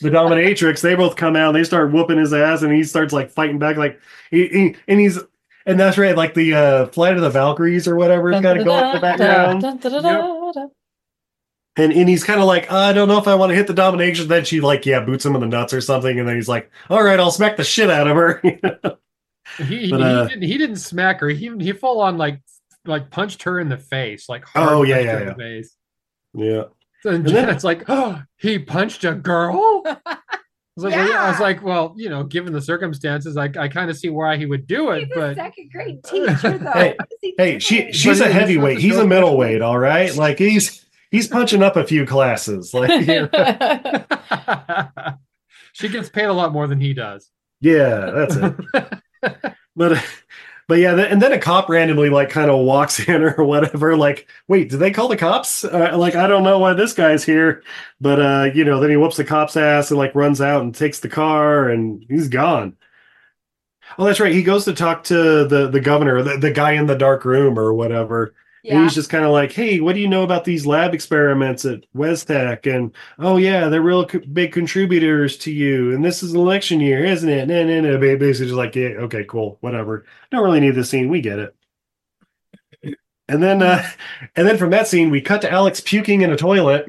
B: the dominatrix, they both come out and they start whooping his ass and he starts like fighting back like he, he- and he's and that's right, like the uh flight of the Valkyries or whatever is kind of going in the background. And and he's kind of like, I don't know if I want to hit the domination. Then she like, yeah, boots him in the nuts or something, and then he's like, All right, I'll smack the shit out of her. (laughs)
D: He,
B: But,
D: he,
B: uh,
D: didn't, he didn't smack her. He he full on like like punched her in the face, like hard
B: Oh, yeah,
D: punched
B: yeah,
D: her in
B: yeah.
D: the face.
B: yeah.
D: And,
B: And then-
D: Janet's like, oh, he punched a (laughs) girl. I was like, well, yeah. I was
A: Yeah.
D: like, well, you know, given the circumstances, I I kind of see why he would do it,
A: He's a
D: but
A: second
B: (laughs)
A: grade teacher, though.
B: Hey,
A: What is he
B: Hey, she
A: doing?
B: she's a
D: But he- he's not
B: heavyweight.
D: the
B: He's a
D: strongest.
B: middleweight, all right? Like he's he's punching up a few classes.
D: (laughs)
B: Like yeah,
D: she gets paid a lot more than he does.
B: that's it. But but yeah, th- and then a cop randomly like kind of walks in or whatever. Like, wait, did they call the cops? Uh, like, I don't know why this guy's here, but uh, you know, then he whoops the cop's ass and like runs out and takes the car and he's gone. Oh, that's right. He goes to talk to the the governor, the, the guy in the dark room or whatever. And
A: yeah.
B: he's just kind of like, hey, what do you know about these lab experiments at Westech? And oh, yeah, they're real co- big contributors to you. And this is an election year, isn't it? No, no, no. Ba- Basically, just like, yeah, okay, cool, whatever. Don't really need this scene. We get it. And then, uh, and then from that scene, we cut to Alex puking in a toilet,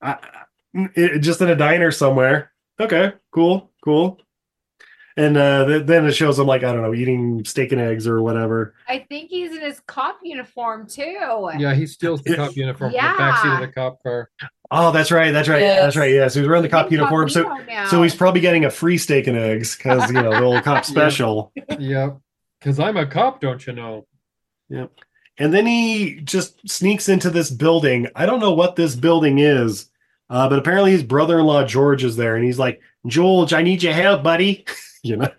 B: I, I- it- just in a diner somewhere. Okay, cool, cool. And uh, th- then it shows him like I don't know eating steak and eggs or whatever.
A: I think he's in his cop uniform too.
D: Yeah, he steals the cop uniform
A: Yeah.
D: from the backseat of the cop car.
B: Oh, that's right, that's right, that's right. Yeah, so he's wearing the cop uniform. So
A: now.
B: so he's probably getting a free steak and eggs because you know the old cop special.
D: Yep. Because I'm a cop, don't you know?
B: Yep. And then he just sneaks into this building. I don't know what this building is, uh, but apparently his brother-in-law George is there, and he's like, "George, I need your help, buddy." (laughs) you know.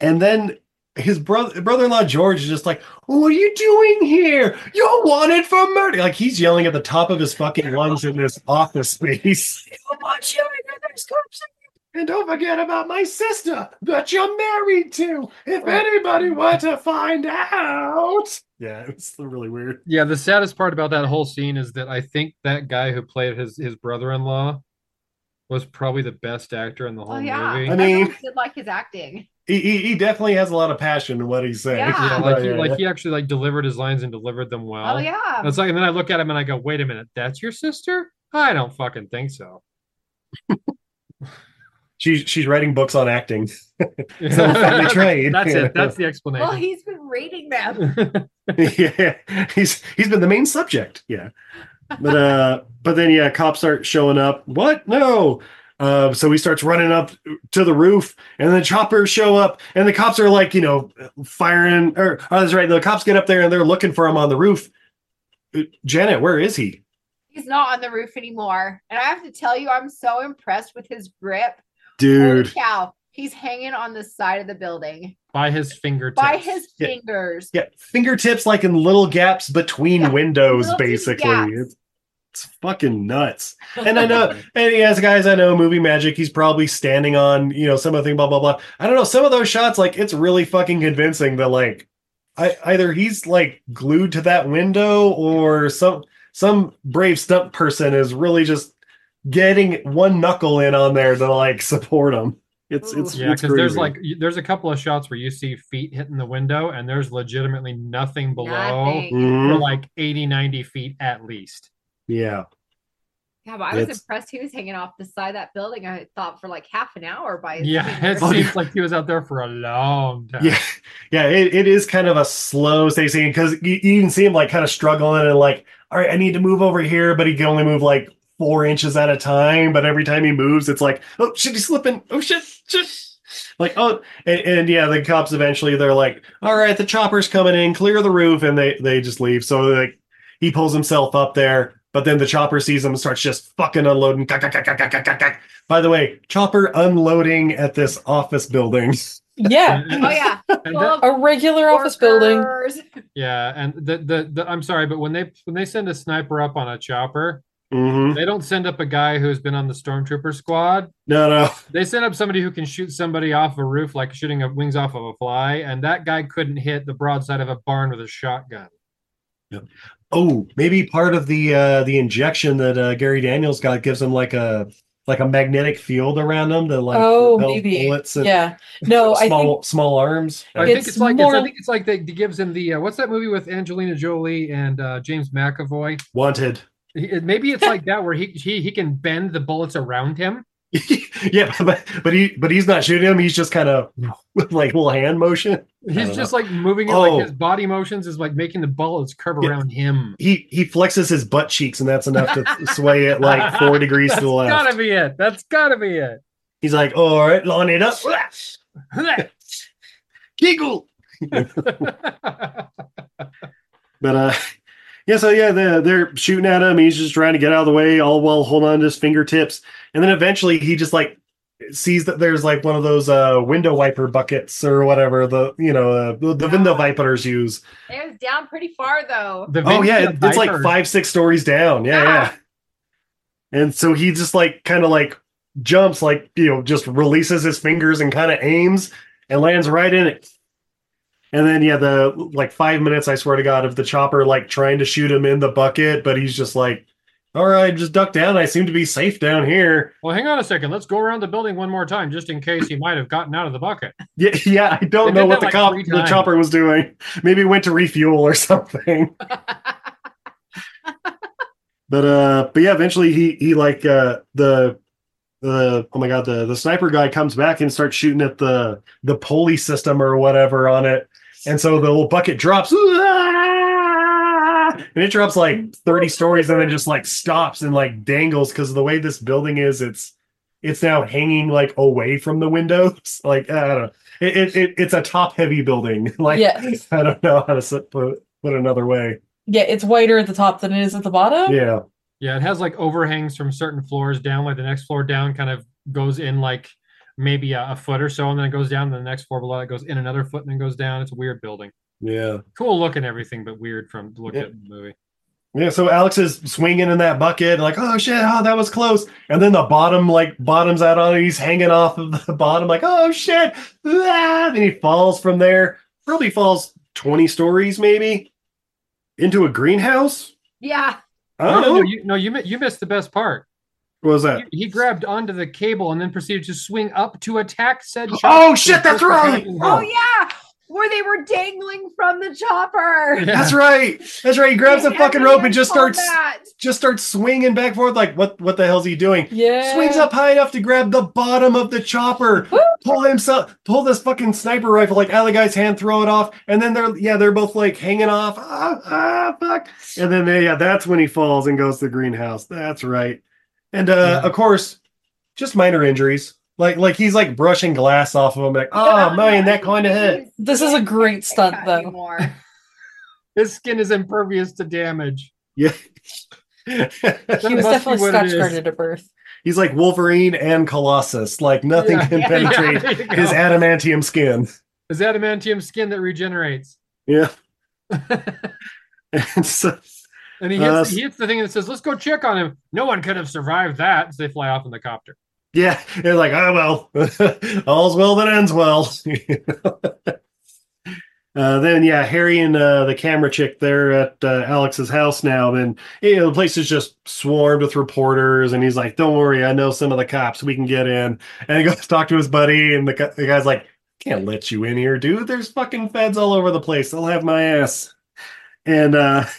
B: And then his brother brother-in-law George is just like, "What are you doing here? You're wanted for murder!" Like he's yelling at the top of his fucking lungs in this office space.
F: (laughs) Watch out, there's cops
B: And don't forget about my sister that you're married to. If anybody were to find out. Mm-hmm. Yeah, (laughs) it's really weird.
D: Yeah, the saddest part about that whole scene is that I think that guy who played his his brother-in-law was probably the best actor in the whole
A: Oh yeah.
D: movie.
B: I mean-
A: Everyone did like his acting.
B: He, he, he definitely has a lot of passion in what he's saying.
A: Yeah.
D: yeah, like he, like he actually like delivered his lines and delivered them well.
A: Oh, yeah.
D: It's like, and then I look at him and I go, "Wait a minute, that's your sister? I don't fucking think (laughs) so."
B: She's she's writing books on acting.
D: (laughs)
B: (laughs) So they trade.
D: That's it. That's the explanation.
A: Well, he's been
B: (laughs)
A: reading them.
B: yeah, he's he's been the main subject. Yeah, but uh, but then yeah, cops start showing up. What? No. Uh, so he starts running up to the roof, and the choppers show up, and the cops are like, you know, firing. Or oh, that's right. The cops get up there and they're looking for him on the roof. Uh, Janet, where is he?
A: He's not on the roof anymore. And I have to tell you, I'm so impressed with his grip. Holy
B: Dude,
A: cow. He's hanging on the side of the building
D: (laughs) by his fingertips.
A: by his
B: Yeah.
A: fingers.
B: yeah, fingertips like in little gaps between windows,
A: little
B: basically.
A: gaps.
B: It's, it's fucking nuts. (laughs) and I
E: (laughs)
B: know, and yes, guys, I know movie magic. He's probably standing on, you know, some of the thing, blah blah blah. I don't know. Some of those shots, like it's really fucking convincing that like, I either he's like glued to that window or some some brave stunt person is really just getting one knuckle in on there to like support him. It's it's
D: yeah,
B: it's
D: because there's
B: crazy.
D: like y- there's a couple of shots where you see feet hitting the window, and there's legitimately nothing below
A: Nothing.
D: for
B: Mhm.
D: like 80, 90 feet at least.
B: yeah.
A: Yeah, but I was
B: That's-
A: impressed he was hanging off the side of that building. I thought for like half an hour by his
D: Yeah, (laughs) it
A: fingers.
B: Oh, yeah.
E: (laughs)
D: seems like he was out there for a long time.
B: Yeah, (laughs) yeah, it, it is kind of a slow stay scene because you, you can see him like kind of struggling and like, all right, I need to move over here, but he can only move like four inches at a time. But every time he moves, it's like, oh shit, he's slipping. Oh shit, shit. Like oh, and, and yeah, the cops eventually they're like, all right, the chopper's coming in, clear the roof, and they they just leave. So like, he pulls himself up there, but then the chopper sees him and starts just fucking unloading. Kak, kak, kak, kak, kak, kak, kak, kak. By the way, chopper unloading at this office building. (laughs)
E: Yeah, (laughs)
A: Oh yeah.
D: And
A: Full
D: that-
A: of
E: a regular office building.
A: workers.
D: yeah, and the, the the I'm sorry, but when they when they send a sniper up on a chopper,
B: Mhm.
D: they don't send up a guy who's been on the stormtrooper squad.
B: No, no.
D: They send up somebody who can shoot somebody off a roof like shooting a, wings off of a fly, and that guy couldn't hit the broadside of a barn with a shotgun.
B: Oh, maybe part of the uh the injection that uh Gary Daniels got gives him like a like a magnetic field around him to like
E: oh,
B: repel
E: maybe.
B: bullets and
E: Yeah. No, I
B: small
E: think
B: small arms.
D: I
E: It's
D: think it's like it's, I
E: more-
D: think it's like they gives him the uh, what's that movie with Angelina Jolie and uh, James McAvoy?
B: Wanted. (laughs)
D: He- it- Maybe it's like that where he, he he can bend the bullets around him.
B: yeah, but but he but he's not shooting him, he's just kind of (laughs) with like little hand motion. I
D: He's
B: don't
D: just
B: know.
D: like moving it
B: Oh.
D: like his body motions is like making the bullets curve
B: Yeah.
D: around him.
B: he he flexes his butt cheeks and that's enough
E: (laughs)
B: to sway it like four degrees to the
D: That's
B: left.
D: gotta be it. That's gotta
B: (laughs)
D: be it.
B: He's like, all right, line it up. Kegel. But uh (laughs) yeah, so yeah, they're, they're shooting at him. He's just trying to get out of the way, all while holding on to his fingertips. And then eventually, he just like sees that there's like one of those uh window wiper buckets or whatever the you know uh, the, the window wipers use.
A: It was down pretty far though.
D: The
B: Oh yeah,
D: Vinci
B: it- it's like
D: Viper-
B: five six stories down. Yeah, yeah. And so he just like kind of like jumps, like you know, just releases his fingers and kind of aims and lands right in it. And then yeah, the like five minutes, I swear to God, of the chopper like trying to shoot him in the bucket, but he's just like, "All right, just duck down. I seem to be safe down here."
D: Well, hang on a second. Let's go around the building one more time, just in case he might have gotten out of the bucket.
B: Yeah, (laughs) yeah. I don't
D: They
B: know
D: did
B: what the
D: that,
B: cop,
D: like, three
B: the
D: times.
B: chopper was doing. Maybe went to refuel or (laughs)
D: (laughs)
B: something. but uh, but yeah, eventually he he like uh the the oh my god the the sniper guy comes back and starts shooting at the the pulley system or whatever on it, and so the little bucket drops. "Ah!" And it drops like 30 stories and then just like stops and like dangles because the way this building is, it's it's now hanging like away from the windows. (laughs) Like I don't know. It, it, it it's a top heavy building. (laughs) Like
E: Yes.
B: I don't know how to s- put put it another way.
E: Yeah, it's wider at the top than it is at the bottom.
B: Yeah.
D: Yeah, it has like overhangs from certain floors down, like the next floor down kind of goes in like maybe a, a foot or so, and then it goes down. And the next floor below it goes in another foot and then goes down. It's a weird building.
B: Yeah.
D: Cool look and everything, but weird from the look
B: Yeah.
D: at the movie.
B: Yeah, so Alex is swinging in that bucket, like, oh shit, oh, that was close. And then the bottom, like, bottoms out on it. He's hanging off of the (laughs) bottom, like, oh shit. Ah! Then he falls from there, probably falls 20 stories, maybe, into a greenhouse.
A: Yeah.
B: I
D: No,
B: don't
D: no, no,
B: know.
D: you, no, you mi- you missed the best part.
B: What was that?
D: He grabbed onto the cable and then proceeded to swing up to attack said. shark.
B: Oh, shit, that's right.
A: Oh yeah, where they were dangling from the chopper.
B: That's right. That's right. He grabs the
A: Yeah,
B: fucking
A: I
B: rope and
A: did
B: just
A: call
B: starts
A: that.
B: just starts swinging back and forth. Like, what what the hell's he doing?
E: Yeah.
B: Swings up high enough to grab the bottom of the chopper, pull himself, pull this fucking sniper rifle like out of the guy's hand, throw it off, and then they're yeah, they're both like hanging off. Ah, ah, fuck. And then they, yeah, that's when he falls and goes to the greenhouse. That's right. And uh of course, just minor injuries. Like like he's like brushing glass off of him, like, oh man, that kind of
D: (laughs)
B: hit.
E: This is a great stunt
A: Not
E: though.
A: anymore.
D: (laughs) His skin is impervious to damage.
B: Yeah.
E: He was
D: must be
E: definitely
D: what it
E: scotch
D: is.
E: guarded at birth.
B: He's like Wolverine and Colossus. Like nothing
D: Yeah. (laughs)
B: can
D: Yeah,
B: penetrate
D: there you go.
B: his adamantium skin.
D: His adamantium skin that regenerates.
B: Yeah. and so,
D: And he hits,
B: Uh,
D: he hits the thing that says, "Let's go check on him." No one could have survived that. So they fly off in the copter.
B: yeah, they're like, oh well, (laughs) all's well that ends well. (laughs) You know? uh, then yeah, Harry and uh, the camera chick they're at uh, Alex's house now, and you know, the place is just swarmed with reporters. And he's like, "Don't worry, I know some of the cops. We can get in." And he goes to talk to his buddy, and the, gu- the guy's like, "Can't let you in here, dude. There's fucking feds all over the place. They'll have my ass." And uh, (laughs)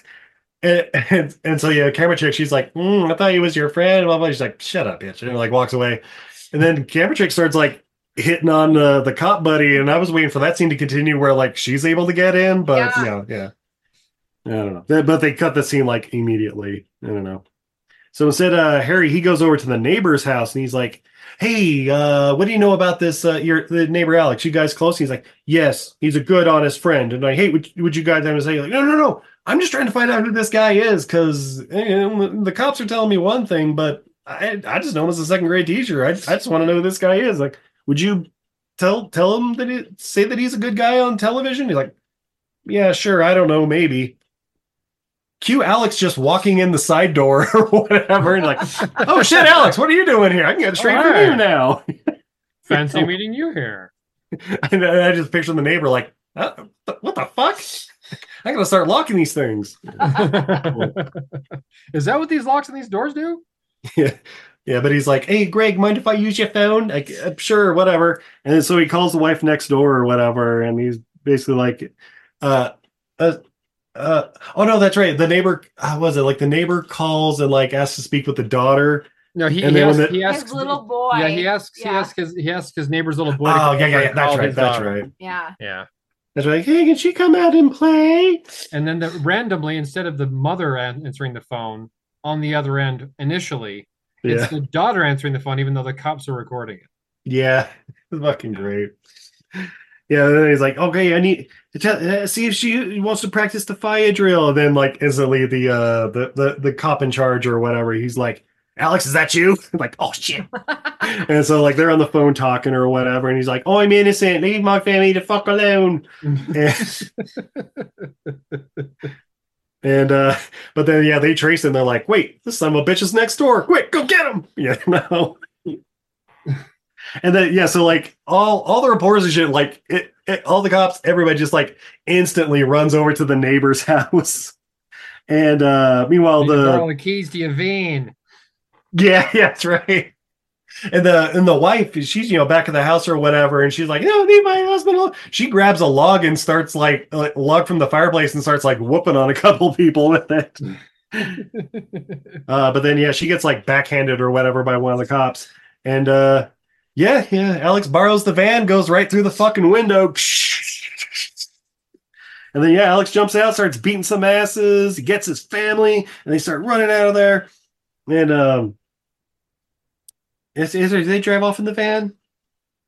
B: And, and and so yeah, camera chick, she's like, mm, I thought he was your friend. Blah blah. She's like, shut up, bitch, and like walks away. And then camera chick starts like hitting on uh, the cop buddy, and I was waiting for that scene to continue where like she's able to get in, but
A: Yeah.
B: yeah, yeah. I don't know, They- but they cut the scene like immediately. I don't know. So instead, uh, Harry he goes over to the neighbor's house and he's like, "Hey, uh, what do you know about this? Uh, your the neighbor Alex? You guys close?" He's like, "Yes, he's a good, honest friend." And I hate would would you guys have to say like, "No, no, no, I'm just trying to find out who this guy is because the cops are telling me one thing, but I I just know him as a second grade teacher. I, I just want to know who this guy is. Like, would you tell tell him that it say that he's a good guy on television?" He's like, "Yeah, sure. I don't know, maybe." Cue Alex just walking in the side door (laughs) or whatever, and like, oh shit, Alex, what are you doing here? I can get straight from
D: Alright.
B: you now. (laughs)
D: Fancy
B: Yeah.
D: meeting
B: (laughs)
D: you here. (laughs)
B: and I I just picture the neighbor like, uh, th- what the fuck? (laughs) I gotta start locking these things.
D: Is that what these locks and these doors do?
B: yeah, yeah. But he's like, "Hey, Greg, mind if I use your phone?" Like, uh, sure, whatever. And so he calls the wife next door or whatever, and he's basically like, "Uh, uh, uh oh no, that's right. The neighbor uh, was it like the neighbor calls and like asks to speak with the daughter.
D: No, he,
B: And
D: he,
B: then
D: asks,
B: when the-
D: he asks.
A: His little boy.
D: yeah, he asks. He
A: Yeah.
D: asks his. He asks his neighbor's little boy. to
B: Oh yeah,
D: come
B: yeah,
D: over
B: yeah.
D: and
B: That's
D: call
B: right.
D: his
B: That's
D: daughter.
B: right.
A: Yeah.
D: Yeah.
B: That's right. Hey, can she come out and play?
D: And then the, randomly, instead of the mother an- answering the phone on the other end initially,
B: Yeah.
D: it's the daughter answering the phone, even though the cops are recording it.
B: Yeah, (laughs) fucking great. Yeah, and then he's like, "Okay, I need to tell, uh, see if she wants to practice the fire drill." And then, like, instantly the uh the the, the cop in charge or whatever, he's like, "Alex, is that you?" (laughs) like, "Oh shit!" and so, like, they're on the phone talking or whatever, and he's like, "Oh, I'm innocent. Leave my family to fuck alone."
D: (laughs)
B: and, (laughs) and uh, but then yeah, they trace him. They're like, "Wait, this son of a bitch is next door. Quick, go get him!" (laughs) Yeah, no. And then yeah, so like all all the reporters and shit, like it, it, all the cops, everybody just like instantly runs over to the neighbor's (laughs) house. And uh meanwhile,
D: You got
B: the
D: all the keys to your van. (laughs)
B: yeah, (laughs) yeah, that's right. And the and the wife, she's you know back in the house or whatever, and she's like, "No, leave my husband alone." She grabs a log and starts like a log from the fireplace and starts like whooping on a (laughs) couple people with it. uh, but then yeah, she gets like backhanded or whatever by one of the cops, And uh, yeah, yeah, Alex borrows the van, goes right through the fucking window. And then yeah, Alex jumps out, starts beating some asses, he gets his family, and they start running out of there. And um is, is there, they drive off in the van?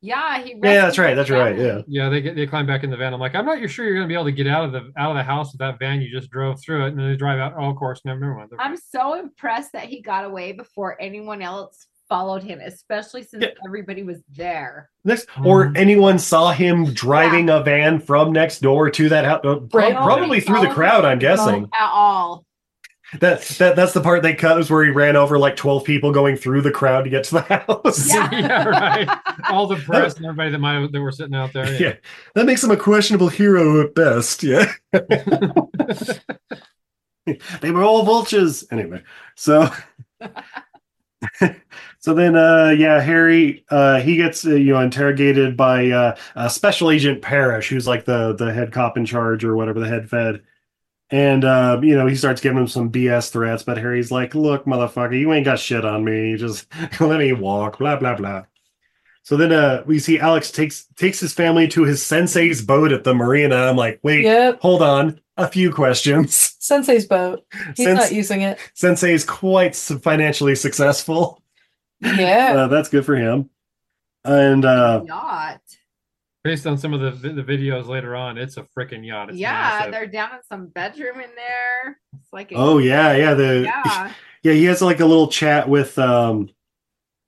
A: Yeah, he
B: Yeah, that's right, that's right, yeah.
D: Yeah, they get they climb back in the van. I'm like, I'm not you're sure you're gonna be able to get out of the out of the house with that van you just drove through it, and then they drive out. Oh, of course, never, never mind.
A: I'm so impressed that he got away before anyone else followed him, especially since everybody was there.
B: Next, or anyone saw him driving a van from next door to that house, uh, prob-
E: Oh
A: Right.
B: probably through the
A: Followed
B: crowd. I'm
A: him
B: guessing
A: At all.
B: that, that that's the part they cut is where he ran over like 12 people going through the crowd to get to the (laughs) house.
D: yeah,
A: (laughs)
D: right. All the press and everybody that might that were sitting out there.
B: Oh, (laughs) yeah, that makes him a questionable hero at best. Yeah, (laughs) they were all vultures anyway. So, (laughs) so then, uh, yeah, Harry, uh, he gets uh, you know interrogated by uh, uh, Special Agent Parrish, who's like the the head cop in charge or whatever the head fed. And uh, you know he starts giving him some BS threats, but Harry's like, "Look, motherfucker, you ain't got shit on me. Just (laughs) let me walk." Blah blah blah. So then uh, we see Alex takes takes his family to his sensei's boat at the marina. I'm like, wait, hold on, a few questions. (laughs)
E: Sensei's boat. He's
B: Sense-
E: not using it.
B: Sensei is quite su- financially successful. (laughs)
E: Yeah.
B: Uh, that's good for him. And uh,
A: Yacht.
D: Based on some of the vi- the videos later on, it's a freaking yacht. It's
A: yeah,
D: massive.
A: they're down in some bedroom in there. It's like a-
B: oh yeah, yeah, the
A: yeah.
B: yeah he has like a little chat with um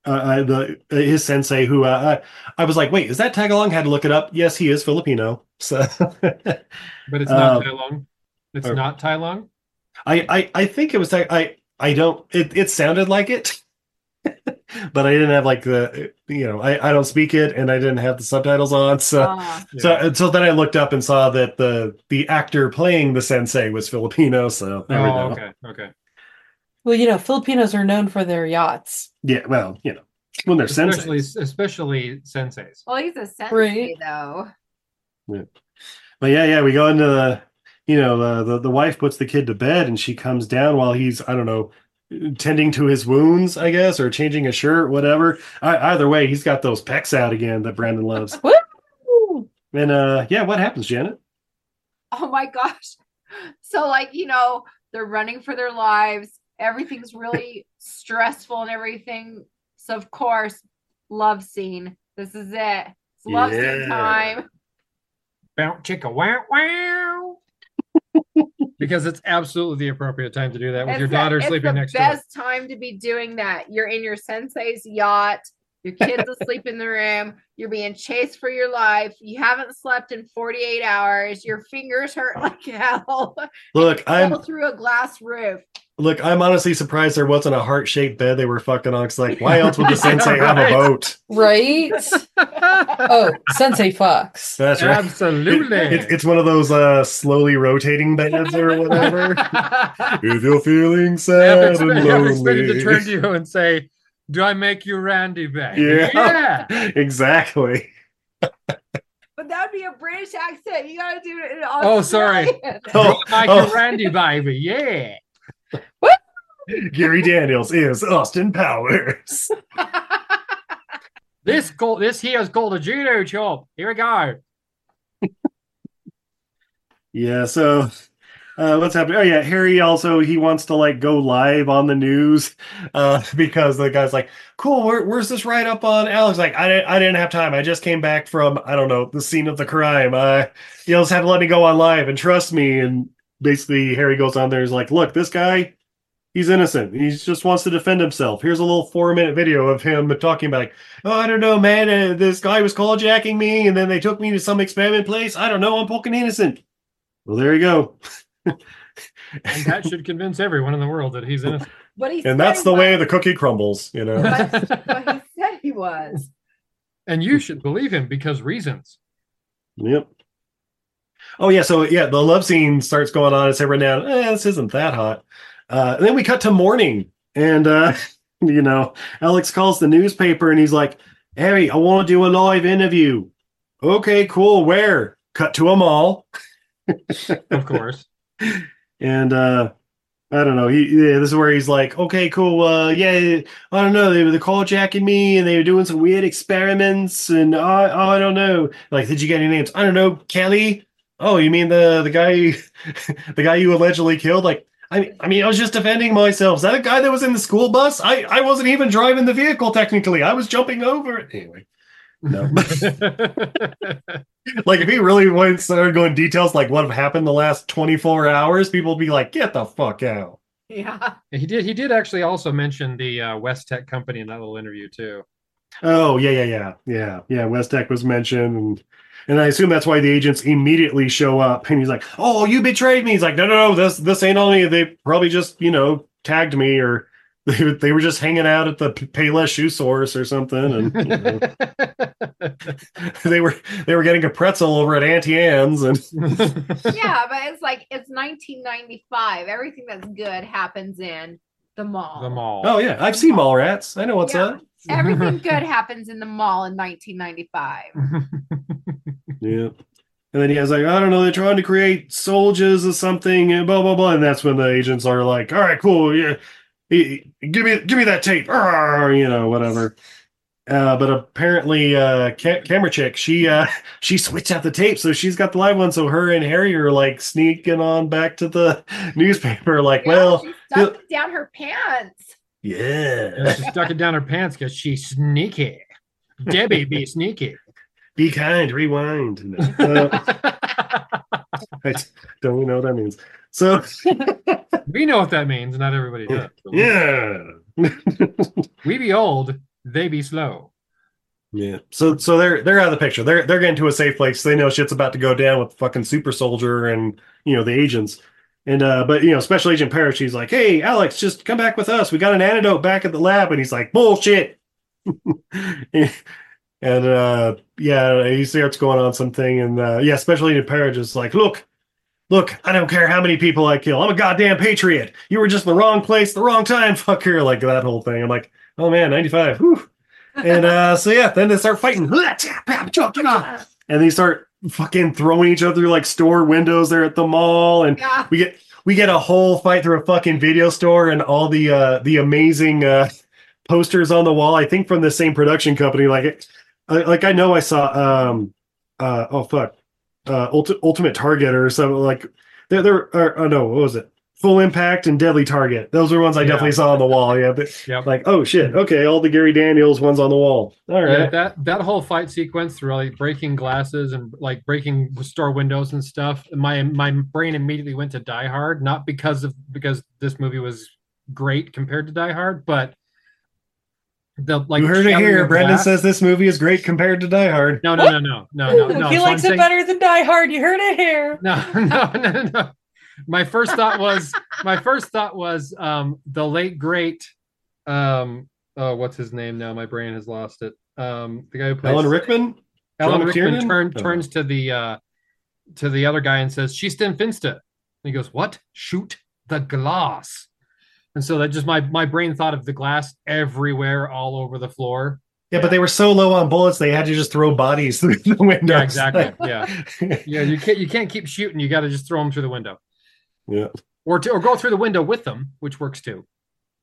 B: uh, uh, the uh, his sensei who uh, I, I was like, wait, is that Tagalong? Had to look it up. Yes, he is Filipino. (laughs) So.
D: but it's not
B: um,
D: Tai Lung. It's
B: or-
D: not Tai Lung.
B: I, I I think it was like I I don't it, it sounded like it, (laughs) but I didn't have like the you know I, I don't speak it and I didn't have the subtitles on so
A: Ah.
D: Oh.
B: so uh, until then I looked up and saw that the the actor playing the sensei was Filipino so there we
D: Oh,
B: go.
D: okay, okay.
E: Well, you know, Filipinos are known for their yachts.
B: yeah well you know when they're sensei
D: especially especially senseis.
A: Well, he's a sensei though. (laughs)
B: Yeah. But yeah, yeah, we go into the, you know, the, the the wife puts the kid to bed and she comes down while he's, I don't know, tending to his wounds, I guess, or changing his shirt, whatever. I, either way, he's got those pecs out again that Brandon loves. and uh yeah, what happens, Janet?
A: Oh my gosh. So like, you know, they're running for their lives. Everything's really stressful and everything. So of course, love scene. This is it. It's love
D: Yeah.
A: scene time.
D: Bow chicka wow
A: (laughs)
D: wow. because it's absolutely the appropriate time to do that with
A: It's
D: your
A: the-
D: daughter
A: it's
D: sleeping
A: the
D: next to
A: best time to be doing that. You're in your sensei's yacht. Your kids asleep in the room. You're being chased for your life. You haven't slept in 48 hours. Your fingers hurt like (laughs) hell.
B: Look, I'm
A: Fell through a glass roof.
B: look, I'm honestly surprised there wasn't a heart shaped bed they were fucking on. It's like, why else
D: (laughs)
B: would the sensei have a
E: Right.
B: boat?
E: Right?
D: (laughs)
E: oh, Sensei
B: (laughs)
E: Fox.
B: That's right.
D: Absolutely.
B: It-
D: (laughs)
B: it- it's one of those uh slowly rotating beds or (laughs) whatever.
D: (laughs)
B: if you're feeling
D: I
B: sad
D: expect-
B: and
D: I'm
B: lonely,
D: expected to turn to you and say, "Do I make you Randy back?"
B: Yeah, exactly.
A: But that'd be a British accent. You gotta do it. In
D: Oh, sorry.
A: Australian.
D: Do I
B: (laughs)
D: make
B: oh.
D: you Randy baby? Yeah.
B: (laughs) Gary Daniels is Austin Powers.
D: This goal, this here is called a judo chop. Here we go.
B: Yeah, so uh, what's happening? Oh yeah, Harry also he wants to like go live on the news uh, (laughs) because the guy's like, "Cool, where, where's this write up on Alex?" Like, I didn't, I didn't have time. I just came back from I don't know the scene of the crime. Uh, you'll just have to let me go on live and trust me. And basically, Harry goes on there. He's like, "Look, this guy, he's innocent. He just wants to defend himself. Here's a little four minute video of him talking about like, oh, I don't know, man. Uh, this guy was carjacking me, and then they took me to some experiment place. I don't know. I'm poking innocent." Well, there you go.
D: And that should convince everyone in the world that
B: (laughs)
D: he's innocent.
A: (laughs) But he
B: And that's the way the cookie crumbles, you know.
A: But he said he was.
D: And you should believe him because reasons.
B: (laughs) yep. Oh yeah, so yeah, the love scene starts going on. It's everyone down. Eh, this isn't that hot. Uh, and then we cut to morning, and uh, (laughs) you know, Alex calls the newspaper, and he's like, "Harry, I want to do a live interview." Okay, cool. Where? Cut to a mall.
D: Of course.
B: And uh I don't know. He, yeah, this is where he's like, okay, cool. Uh, yeah, I don't know. They were call jacking me, and they were doing some weird experiments, and I, I don't know. Like, did you get any names? I don't know. Kelly. Oh, you mean the the guy, (laughs) the guy you allegedly killed? Like, I, I mean, I was just defending myself. Is that a guy that was in the school bus? I, I wasn't even driving the vehicle technically. I was jumping over it anyway. (laughs) No. like if he really went started going details like what happened the last 24 hours, people would be like, get the fuck out.
A: Yeah.
D: (laughs) He did. He did actually also mention the uh, West Tech company in that little interview
B: (laughs)
D: too.
B: Oh, yeah, yeah, yeah. Yeah. Yeah. West Tech was mentioned and and I assume that's why the agents immediately show up and he's like, Oh, you betrayed me. He's like, No, no, no, this this ain't on me. They probably just, you know, tagged me or (laughs) they, were- they were just hanging out at the P- Payless shoe source or something, and you
D: (laughs)
B: know. they were they were getting a pretzel over at Auntie Anne's, and
A: yeah, but it's like it's 1995. Everything that's good happens in the mall.
D: The mall.
B: oh yeah, I've seen mall rats. I know what's
A: Yeah.
B: up. (laughs)
A: Everything good happens in the mall in 1995.
B: Yeah. And then he has like, I don't know, they're trying to create soldiers or something, and blah blah blah. And that's when the agents are like, All right, cool, yeah, y- y- give me give me that tape, Arr, you know, whatever. Uh, but apparently, uh, ca- camera chick, she uh, (laughs) she switched out the tape, so she's got the live one. So her and Harry are like sneaking on back to the (laughs) newspaper, like, well,
A: She stuck it down her pants.
B: yeah,
D: (laughs) And she stuck it down her pants because she's sneaky. Debbie be sneaky. (laughs)
B: Be kind, rewind. No. (laughs) Uh, I don't know what that means. So,
D: We know what that means. Not everybody does.
B: yeah.
D: We be old. They be slow.
B: Yeah. So so they're they're out of the picture. They're they're getting to a safe place. They know shit's about to go down with fucking super soldier and you know the agents. And uh but you know, special agent Parrish, he's like, Hey Alex, just come back with us. We got an antidote back at the lab, and he's like, Bullshit. (laughs) and uh yeah, he starts going on something, and uh yeah, special agent Parrish is like, Look, look, I don't care how many people I kill, I'm a goddamn patriot. You were just in the wrong place, the wrong time, (laughs) fucker, like that whole thing. I'm like, oh man, 95. Whew and uh, so yeah, then they start fighting, (laughs) and they start fucking throwing each other through like store windows. They're at the mall, and
A: Yeah.
B: we get we get a whole fight through a fucking video store, and all the uh, the amazing uh, posters on the wall. I think from the same production company. Like, it- I- like I know I saw um uh oh fuck uh Ulti- Ultimate Target or something like there there or, oh no what was it Full Impact and Deadly Target. Those were ones I
D: Yeah.
B: definitely saw on the wall. Yeah, but
D: Yep.
B: like oh shit okay all the gary daniels ones on the wall all
D: Yeah,
B: right
D: that that whole fight sequence through like breaking glasses and like breaking store windows and stuff. My my brain immediately went to Die Hard, not because of because this movie was great compared to Die Hard, but the like
B: you heard it
D: shattering
B: here
D: of
B: brendan
D: glass-
B: says this movie is great compared to die hard
D: No, no, no, no, no, no, no.
E: he
D: So
E: likes
D: I'm
E: it
D: saying-
E: better than Die Hard. You heard it here.
D: (laughs) No, no, no, no. My first thought was my first thought was um the late great um oh what's his name now? My brain has lost it. Um the guy who plays
B: alan rickman
D: Alan
B: John
D: Rickman
B: McTiernan?
D: turn,
B: Oh.
D: turns to the uh, to the other guy and says, "She's Stim Finsta." And he goes, "What? Shoot the glass." And so that just my my brain thought of the glass everywhere, all over the floor.
B: yeah but they were so low on bullets they had to just throw bodies (laughs) through the window
D: Yeah, exactly. Yeah, yeah. You can't you can't keep shooting. You got to just throw them through the window,
B: yeah
D: or to, or go through the window with them, which works too.
B: (laughs)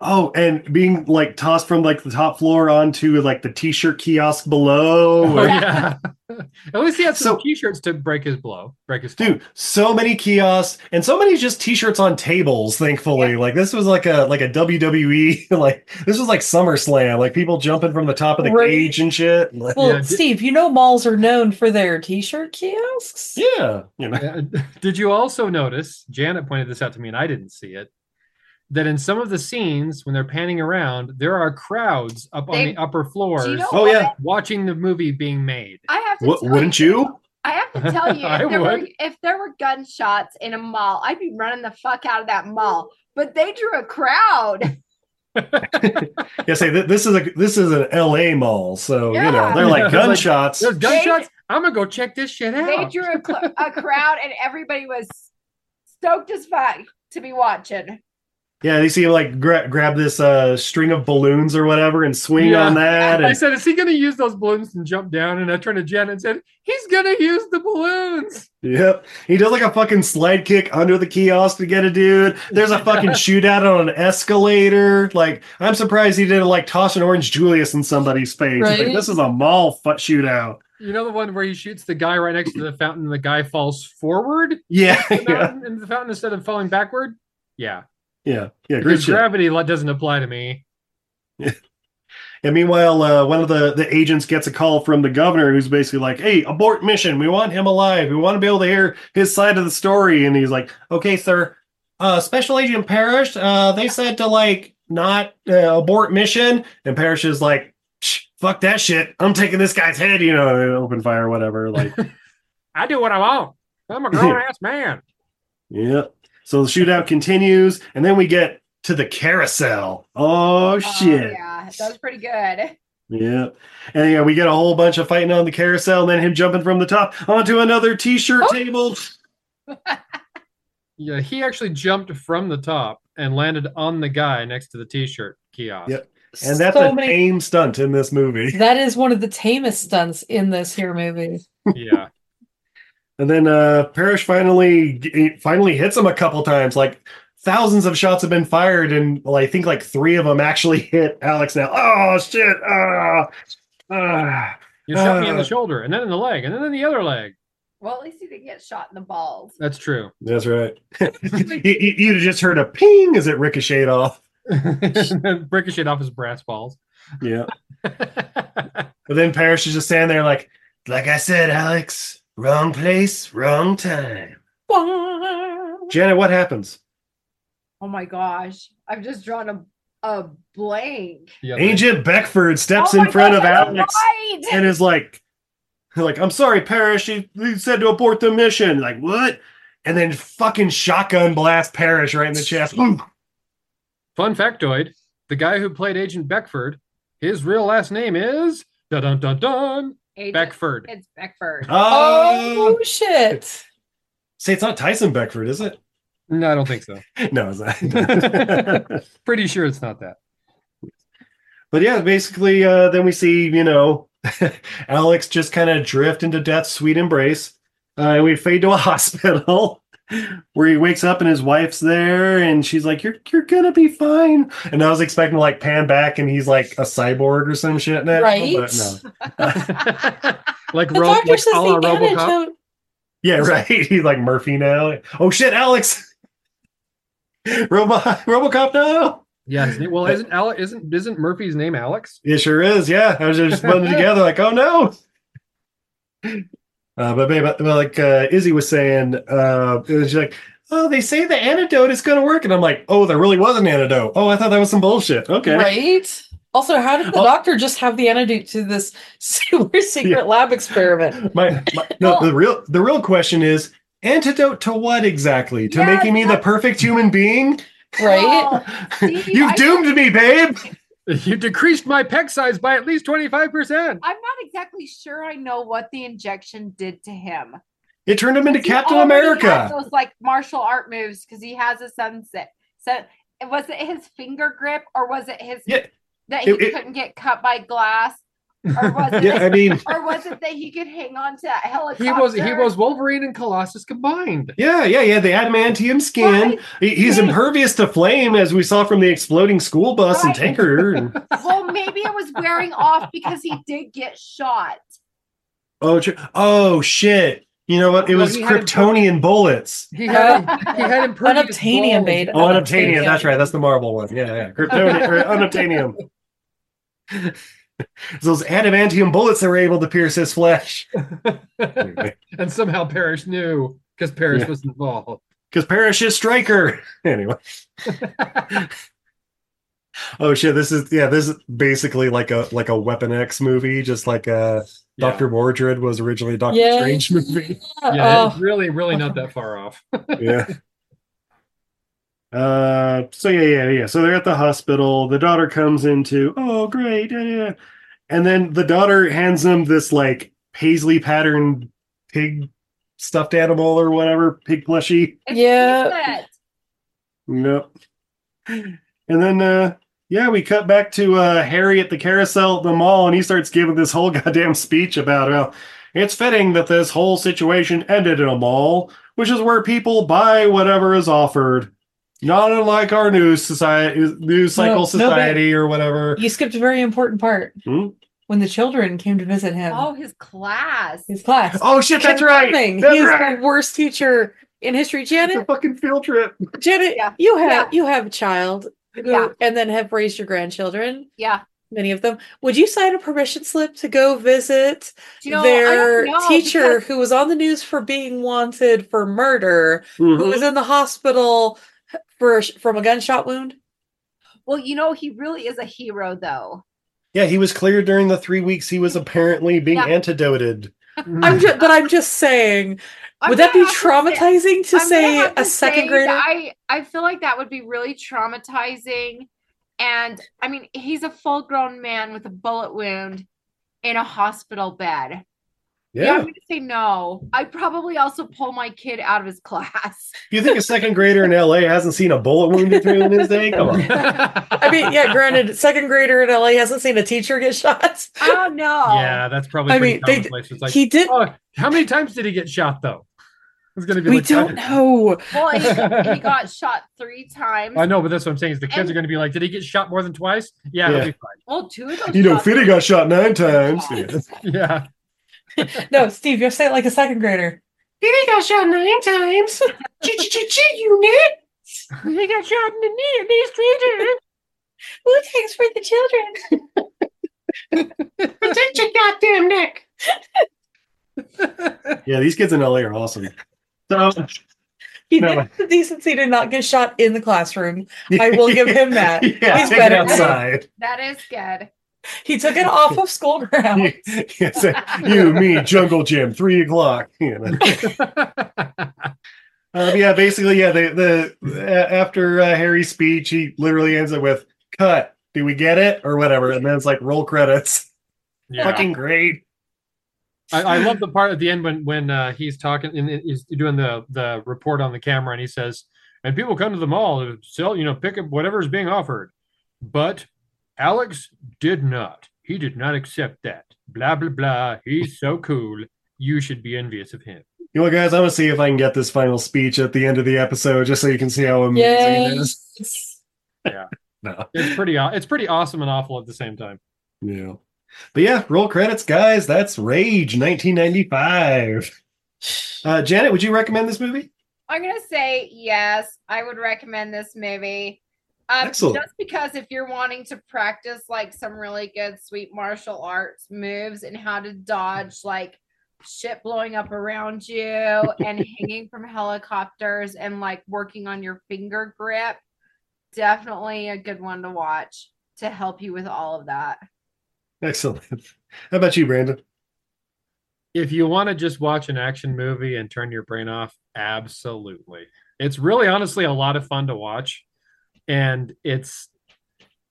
B: oh and being like tossed from like the top floor onto like the t-shirt kiosk
D: (laughs)
B: below
D: Oh,
B: or-
D: yeah. At least he had some
B: So-
D: t-shirts to break his blow, break his.
B: Dude, so many kiosks and so many just t-shirts on tables, thankfully. Like this was like a like a WWE, (laughs) like this was like SummerSlam, like people jumping from the top of the
E: Right.
B: cage and shit. Like,
E: Well,
D: did-
E: Steve, you know malls are known for their t-shirt kiosks.
B: yeah. You
D: (laughs)
B: know.
D: Uh, Did you also notice? Janet pointed this out to me, and I didn't see it. That in some of the scenes, when they're panning around, there are crowds up on
A: They-
D: the upper floors
A: Do you know
B: Oh,
A: what?
B: yeah.
D: watching the movie being made.
A: I have to
B: What
A: tell
B: wouldn't you?
A: I have
B: (laughs)
A: to tell you,
D: I
A: if there, were,
D: would.
A: if there were gunshots in a mall, I'd be running the fuck out of that mall. But they drew
D: (laughs)
A: a crowd.
B: Yeah, say th- this is a this is an LA mall, so you know,
A: Yeah.
B: they're
D: Yeah,
B: like
D: (laughs) it's like-
B: gunshots.
D: There's gunshots. I'm gonna go check this shit
A: They
D: out.
A: drew a, cl- a crowd, and everybody was stoked as fuck to be watching.
B: Yeah, they see him like gra- grab this uh, string of balloons or whatever and swing
D: Yeah.
B: on that.
D: I (laughs)
B: And
D: said, is he going to use those balloons and jump down? And I turned to Jen and said, he's going to use the balloons.
B: yep, he does like a fucking slide kick under the kiosk to get a dude. There's a
D: (laughs)
B: fucking shootout on an escalator. Like, I'm surprised he didn't like toss an orange Julius in somebody's face. He's
D: Right?
B: Like, this is a mall fu- shootout.
D: You know the one where he shoots the guy right next to the fountain and the guy falls forward?
B: Yeah, (laughs)
D: The
B: yeah,
D: mountain, into the fountain instead of falling backward? Yeah.
B: yeah, yeah. Great
D: Because
B: shit.
D: gravity lo- doesn't apply to me.
B: And meanwhile, uh, one of the, the agents gets a call from the governor who's basically like, hey, abort mission. We want him alive. We want to be able to hear his side of the story. And he's like, okay, sir. Uh, Special Agent Parrish, uh, they said to like not uh, abort mission. And Parrish is like, "Psh, fuck that shit. I'm taking this guy's head, you know, and open fire, whatever. Like,
D: I do what I want. I'm a (laughs) grown ass man.
B: yeah. So the shootout continues. And then we get to the carousel. Oh, shit.
A: yeah, that was pretty good.
B: Yeah. And yeah, we get a whole bunch of fighting on the carousel and then him jumping from the top onto another t shirt
E: Oh,
B: table.
D: Yeah, he actually jumped from the top and landed on the guy next to the t shirt kiosk.
B: Yep. And that's
E: So
B: a
E: many-
B: tame stunt in this movie.
E: That is one of the tamest stunts in this here movie.
D: (laughs) Yeah.
B: And then uh Parrish finally he finally hits him a couple times. Like thousands of shots have been fired, and well, I think like three of them actually (laughs) hit Alex now. Oh shit. Ah, ah.
D: You shot me in (laughs) the
B: Uh.
D: shoulder and then in the leg and then in the other leg.
A: Well, at least he didn't get shot in the balls.
D: That's (laughs) true.
B: That's right. (laughs) you, you- you'd have just heard a ping as it ricocheted off.
D: Ricochet off his brass balls. (laughs)
B: Yeah. But then Parrish is just standing there like, like I said, Alex, wrong place, wrong time. Janet, what happens?
A: Oh my gosh, I've just drawn a a blank.
B: Agent Beckford steps
A: Oh my
B: in front of
A: gosh, I was
B: Alex
A: right!
B: and is like, like, I'm sorry, Parrish. You, you said to abort the mission. Like, what? And then fucking shotgun blast Parrish right in the chest.
A: Oh.
B: Ooh.
D: Fun factoid: the guy who played Agent Beckford, his real last name is dun dun dun dun
A: Agent-
D: Beckford.
A: It's Beckford.
B: Oh,
E: shit.
B: See, it's not Tyson Beckford, is it?
D: No, I don't think so.
B: No, it's
A: (laughs)
B: not.
D: Pretty sure it's not (laughs) that.
B: but yeah, basically, uh, then we see, you know, (laughs) Alex just kind of drift into death's sweet embrace. Uh, and we fade to a (laughs) hospital where he wakes up and his wife's there and she's like, You're you're gonna be fine. And I was expecting to like pan back and he's like a cyborg or some shit now.
E: Right?
B: But no.
D: Like,
E: The
D: Ro-
E: doctor
D: like
E: says
D: a
E: they
D: la
E: managed
D: RoboCop.
E: out.
B: (laughs) Yeah, right. (laughs) He's like Murphy now. Oh shit, Alex. (laughs) Robo (laughs) Robocop now?
D: (laughs) Yes. Well, isn't Ale- isn't isn't Murphy's name Alex?
B: It sure is. Yeah, I was just putting it together like, oh no. Uh, but babe, but like uh, Izzy was saying, uh, it was like, oh, they say the antidote is going to work, and I'm like, oh, there really was an antidote. Oh, I thought that was some bullshit. Okay,
E: Right? Also, how did the
B: Oh.
E: doctor just have the antidote to this (laughs) super secret
B: Yeah.
E: lab experiment?
B: My, my no, the real the real question is antidote to what exactly? To
A: Yeah,
B: making me the perfect human being?
E: Right?
A: Oh,
B: (laughs)
A: see,
B: You've
A: I-
B: doomed me, babe.
D: (laughs) You decreased my peg size by at least twenty five percent.
A: I'm not exactly sure I know what the injection did to him.
B: It turned him into
A: He
B: Captain
A: already had
B: America.
A: Those like martial art moves because he has a sunset. So was it his finger grip or was it his
B: Yeah.
A: that he
B: It- it-
A: couldn't get cut by glass? Or was it
B: (laughs) Yeah, I mean,
A: or was it that he could hang on to that helicopter?
D: He was he was Wolverine and Colossus combined.
B: yeah, yeah, yeah. The adamantium skin.
A: Right.
B: He- He's
A: Right.
B: impervious to flame, as we saw from the exploding school bus and
A: Right.
B: tanker. And-
D: (laughs)
A: well, maybe it was wearing off because he did get shot.
B: Oh, tr- oh shit! You know what? It
D: Well,
B: was
D: he had-
B: Kryptonian bullets.
D: He had
E: (laughs)
A: (laughs)
D: he had impervious
E: Unobtainium
D: balls.
E: made.
B: Oh, unobtainium. That's right. That's the marble one. Yeah, yeah. Kryptonian or unobtainium.
D: (laughs)
B: It's (laughs) Those adamantium bullets that were able to pierce his
D: (laughs)
B: flesh. Because
D: and somehow Parrish knew because Parrish
B: Yeah.
D: was involved. (laughs)
B: Parrish is striker. (laughs) Anyway. oh shit! This is yeah. This is basically like a like a Weapon X movie, just like uh
D: Yeah.
B: Doctor Mordred was originally a Doctor
E: Yeah.
B: Strange movie.
D: Yeah,
E: Yeah.
D: it's really, really not that far
E: (laughs)
D: off.
B: yeah. Uh, so yeah, yeah, yeah. So they're at the hospital. The daughter comes into, oh great, yeah, yeah. And then the daughter hands them this like paisley pattern pig stuffed animal or whatever, pig plushie.
A: It's
E: Yeah.
A: Piglet.
B: Nope. And then, uh, yeah, we cut back to uh, Harry at the carousel at the mall, and he starts giving this whole (laughs) goddamn speech about how it's fitting that this whole situation ended in a mall, which is where people buy whatever is offered. Not unlike our news society, news cycle
E: No, no, but-
B: society, or whatever.
E: You skipped a very important part
B: Hmm?
E: when the children came to visit him.
A: Oh, his class.
E: His class.
B: Oh shit, that's right.
E: Confirming
B: That's
E: he is
B: right.
E: the worst teacher in history. Janet,
B: a fucking field trip.
E: Janet,
A: Yeah.
E: you have
A: Yeah.
E: you have a child, who-
A: Yeah.
E: and then have raised your grandchildren,
A: Yeah.
E: many of them. Would you sign a permission slip to go visit
A: Do you know, I
E: their
A: don't know,
E: teacher
A: because-
E: who was on the news for being wanted for murder, who
B: Mhm.
E: was in the hospital for from a gunshot wound?
B: Mm-hmm.
A: well, you know, he really is a hero, though.
B: Yeah, he was cleared during the three weeks he was apparently being
A: Yeah.
B: antidoted.
D: Hmm.
E: I'm just, but I'm just saying,
A: I'm
E: would that be
A: gonna have to say-
E: traumatizing to
A: I'm gonna
E: say
A: have
E: a
A: to
E: second
A: say
E: grader?
A: that I I feel like that would be really traumatizing, and I mean, he's a full grown man with a bullet wound in a hospital bed. Yeah,
B: Yeah.
A: I'm gonna say no. I'd probably also pull my kid out of his (laughs) class.
B: You think a second grader in LA hasn't seen a bullet wound through in his day? Come on.
E: (laughs) I mean, yeah, granted, second grader in LA hasn't seen a teacher get shot. (laughs)
A: Oh no.
D: Yeah, that's probably.
E: I
D: pretty
E: mean, they-
D: commonplace. It's like,
E: he did.
D: oh, how many times did he get shot though? It's gonna be.
E: We
D: like,
E: don't know.
A: Well, he,
B: (laughs)
A: got- he got shot three times.
D: I know, but that's what I'm saying. Is the kids
A: And-
D: are gonna be like, did he get shot more than twice? Yeah,
B: Yeah.
D: It'll be
A: Well, two of those.
B: You know,
A: shots-
B: Fitty got shot nine times.
D: fine. Yeah.
E: No, Steve, you have to say it like a second grader.
F: He got shot nine
E: (laughs)
F: times. Ch-ch-ch-ch unit.
D: He got shot in the knee, knee
B: (laughs)
A: (laughs)
D: stranger.
E: Who takes for the children?
F: Protect your goddamn neck.
B: Yeah, these kids in LA are awesome. So,
E: He
B: No.
E: did have the decency to not get shot in the classroom. I will
B: (laughs)
E: give him that.
B: yeah,
E: He's
B: take it
E: better.
B: outside.
A: That is good. (laughs)
E: He took it off of school ground.
B: (laughs) Yeah, say, you, me, Jungle Gym, three o'clock. You
E: (laughs)
B: know. Um, yeah, basically, yeah. The the a- after uh, Harry's speech, he literally ends it with "cut." Do we get it or whatever? And then it's like roll credits. (laughs)
D: yeah.
B: Fucking great.
D: I, I love the part at the end when when uh, he's talking and he's doing the the report on the camera, and he says, "And people come to the mall to sell, you know, pick up whatever's being offered." But Alex did not. He did not accept that. Blah blah blah. He's so cool. You should be envious of him.
B: You know, what, guys, I'm gonna see if I can get this final speech at the end of the episode, just so you can see how amazing it is. No,
D: It's pretty. aw- It's pretty awesome and awful at the same time.
B: yeah, but yeah, roll credits, guys. That's Rage, 1995. Uh, Janet, would you recommend this movie?
A: I'm gonna say yes. I would recommend this movie. Um,
B: Excellent.
A: Just because if you're wanting to practice like some really good sweet martial arts moves and how to dodge like shit blowing up around you and hanging from helicopters and like working on your finger grip, definitely a good one to watch to help you with all of that.
B: Excellent. How about you, Brandon?
D: If you want to just watch an action movie and turn your brain off, absolutely. It's really honestly a lot of fun to watch. And it's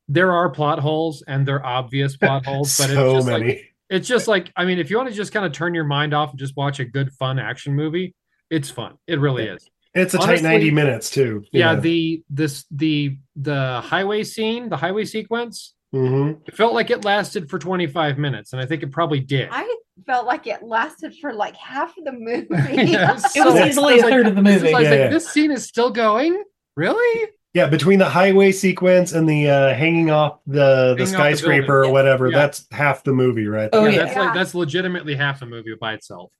D: there are plot holes and
B: (laughs)
D: they're obvious plot holes, but it's
B: so
D: just
B: many.
D: like it's just like I mean, if you want to just kind of turn your mind off and just watch a good fun action movie, it's fun. It really
B: Yeah.
D: is.
B: it's a tight
D: honestly-
B: 90 minutes too.
D: Yeah, the this the the highway scene, the highway sequence,
B: hmm
D: it felt like it lasted for 25 minutes, and I think it probably did.
A: I felt like it lasted for like half of the movie. (laughs)
D: Yeah, was
E: It was
A: Oh,
D: so-
E: easily a third of the
D: This is
E: movie.
D: like-
B: Yeah, yeah.
D: This scene is still going. Really?
B: Yeah, between the highway sequence and the uh, hanging off the,
D: Hanging
B: the
D: off the
B: skyscraper
D: building.
B: or whatever,
D: Yeah.
B: that's half the movie, right?
E: Oh,
D: yeah,
E: yeah.
D: that's
A: Yeah.
D: like that's legitimately half the movie by itself.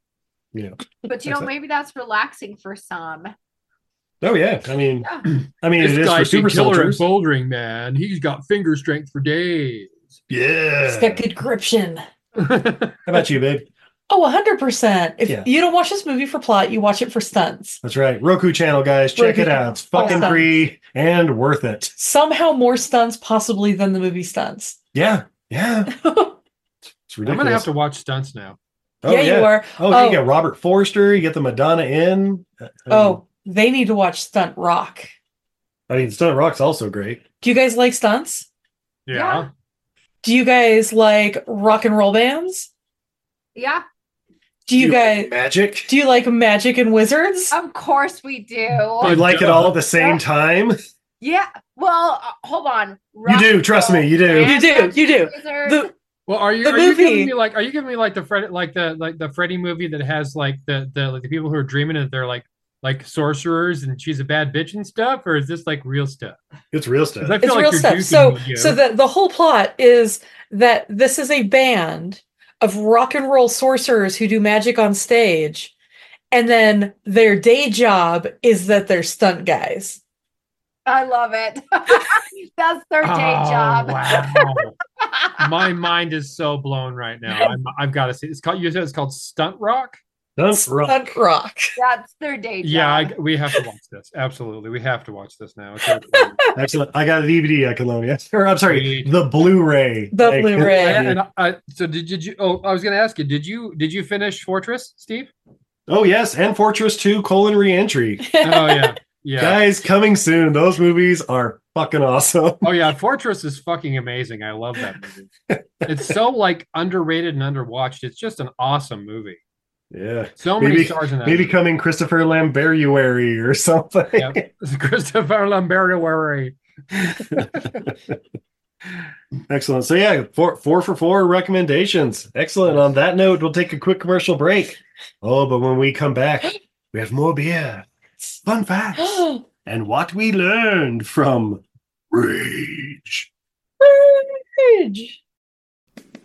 A: But you know,
B: That's it.
A: maybe that's relaxing for some.
B: Oh yeah. I mean,
A: Yeah.
B: I mean, it is for super
D: at
B: soldiers.
D: bouldering, man. He's got finger strength for days. (laughs)
B: Yeah.
E: It's got good gription.
D: yeah,
B: How about you, babe?
E: Oh, 100%. If
B: Yeah.
E: you don't watch this movie for plot, you watch it for stunts.
B: That's right. Roku channel, guys, check
E: Roku
B: it out. It's fucking
E: Awesome.
B: free and worth it.
E: Somehow more stunts, possibly, than the movie stunts. (laughs)
B: Yeah, yeah.
E: Oh,
B: It's
D: I'm
B: ridiculous.
D: gonna have to watch stunts now.
B: oh,
E: yeah, you are.
B: Oh,
E: Oh.
B: you get Robert Forster. You get the Madonna in. Uh, I mean,
E: Oh, they need to watch Stunt Rock.
B: I mean, Stunt Rock's also great.
E: Do you guys like stunts?
D: Yeah.
A: Yeah.
E: Do you guys like rock and roll bands?
A: Yeah,
E: Do you
B: You-
E: guys
B: Magic.
E: do you like magic and wizards?
A: of course we do.
B: We like it all at the same time.
A: Yeah. Well, uh, hold on.
B: You do, trust me, you do.
E: You do. You do. The,
D: well, are you
E: The
D: are you
E: movie.
D: giving me like are you giving me like the Fred like the like the Freddy movie that has like the the like the people who are dreaming that they're like like sorcerers and she's a bad bitch and stuff, or is this like real stuff?
B: It's real stuff.
D: I
E: it's
D: feel like
E: real
D: you're
E: stuff.
D: duping
E: So,
D: me, Joe.
E: so the the whole plot is that this is a band of rock and roll sorcerers who do magic on stage, and then their day job is that they're stunt guys.
A: I love it. (laughs) That's their day
D: Oh,
A: job.
D: wow. (laughs) My mind is so blown right now. I'm, I've got to see. It's called. You said it's called Stunt Rock.
B: That's rough.
E: Stunt rock.
A: (laughs) That's their day job.
D: Yeah, I, we have to (laughs) watch this. Absolutely, we have to watch this now. It's okay.
B: Excellent. I got a DVD I can loan you.
D: (laughs)
B: Or I'm sorry,
D: Sweet.
B: uh, the Blu-ray.
E: The
B: Like,
E: Blu-ray.
D: (laughs) and, and I, so did, did you? Oh, I was going to ask you. Did you did you finish Fortress, Steve?
B: Oh yes, and Fortress 2: Colon Reentry.
D: (laughs) Oh yeah, yeah.
B: Guys, coming soon. Those movies are fucking awesome. (laughs)
D: Oh yeah, Fortress is fucking amazing. I love that movie.
B: (laughs)
D: It's so like underrated and underwatched. It's just an awesome movie.
B: Yeah.
D: So many
B: Maybe,
D: stars in that.
B: maybe
D: movie.
B: coming Christopher Lambertuary or something.
D: Yep. (laughs) Christopher Lambert. Worry.
B: Excellent. So yeah, four four for four recommendations. Excellent. On that note, we'll take a quick commercial break. Oh, but when we come back, we have more beer, fun facts,
E: (gasps) (laughs)
B: and what we learned from rage.
E: Rage.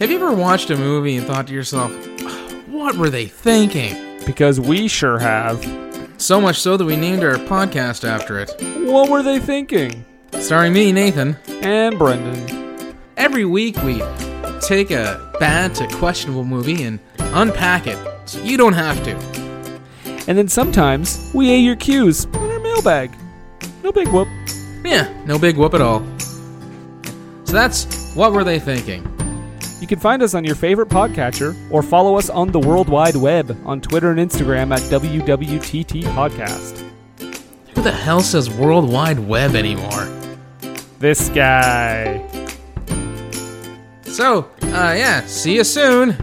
L: Have you ever watched a movie and thought to yourself, what were they thinking? Because we sure have. So much so that we named our podcast after it. What were they thinking? Starring me, Nathan. And Brendan. Every week we take a bad to questionable movie and unpack it so you don't have to.
M: And then sometimes we air your cues in our mailbag. No big whoop.
L: Yeah, no big whoop at all. So that's What Were They Thinking?
M: You can find us on your favorite podcatcher or follow us on the World Wide Web on Twitter and Instagram at WWTT Podcast.
L: Who the hell says World Wide Web anymore?
M: This guy.
L: So, uh, yeah, see you soon.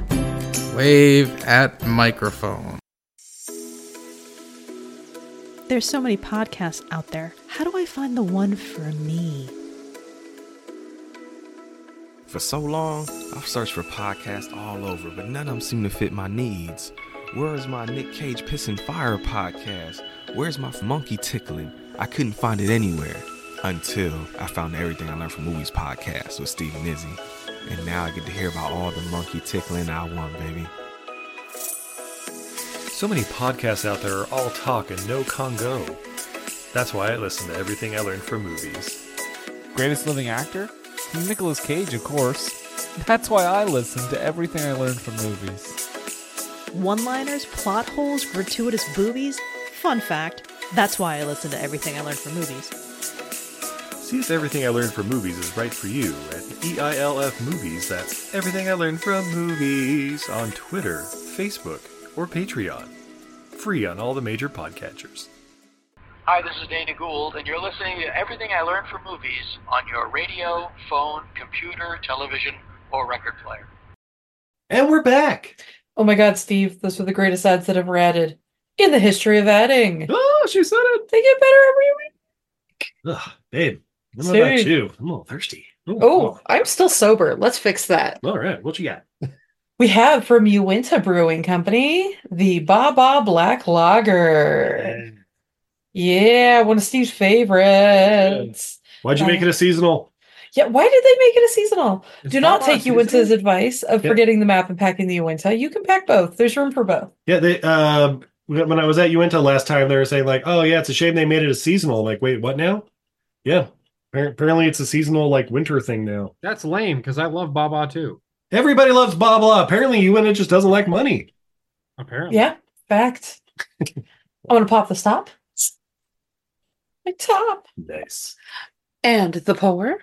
L: Wave at microphone.
N: There's so many podcasts out there. How do I find the one for me?
O: For so long, I've searched for podcasts all over, but none of them seem to fit my needs. Where is my Nick Cage Pissing Fire podcast? Where's my Monkey Tickling? I couldn't find it anywhere until I found Everything I Learned from Movies podcast with Steve and Izzy. And now I get to hear about all the monkey tickling I want, baby.
B: So many podcasts out there are all talk and no Congo. That's why I listen to everything I learned from movies.
M: Greatest living actor? Nicolas Cage, of course. That's why I listen to everything I learned from movies.
N: One liners, plot holes, gratuitous boobies? Fun fact that's why I listen to everything I learned from movies.
B: See if everything I learned from movies is right for you at E EILF Movies. That's everything I learned from movies on Twitter, Facebook, or Patreon. Free on all the major podcatchers.
P: Hi, this is Dana Gould, and you're listening to Everything I Learned from Movies on your radio, phone, computer, television, or record player.
B: And we're back.
E: Oh my God, Steve, those were the greatest ads that ever added in the history of adding.
B: Oh, she said it.
E: They get better every week.
B: Ugh, babe, I don't know about
E: Steve.
B: you. I'm a little thirsty. Ooh,
E: Oh, I'm still sober. Let's fix that.
B: All right, what you got?
E: We have from Uinta Brewing Company the Baba Black Lager. Yeah, one of Steve's favorites.
O: Why'd you make it a seasonal?
E: Yeah, why did they make it a seasonal? Do not
O: not
E: take
O: a
E: you into his
O: seasonal.
E: advice of
O: Yeah.
E: forgetting the map and packing the Uinta. You can pack both. There's room for both.
O: Yeah, they uh, when when I was at Uinta last time, they were saying like, "Oh yeah, it's a shame they made it a seasonal." I'm like, wait, what now? Yeah, Appar- apparently it's a seasonal like winter thing now.
D: That's lame because I love Baba too.
O: Everybody loves blah blah. Apparently, Uinta just doesn't like money.
D: Apparently.
E: Yeah, fact. I'm gonna pop this top. My top.
O: Nice. (laughs)
E: And the pour.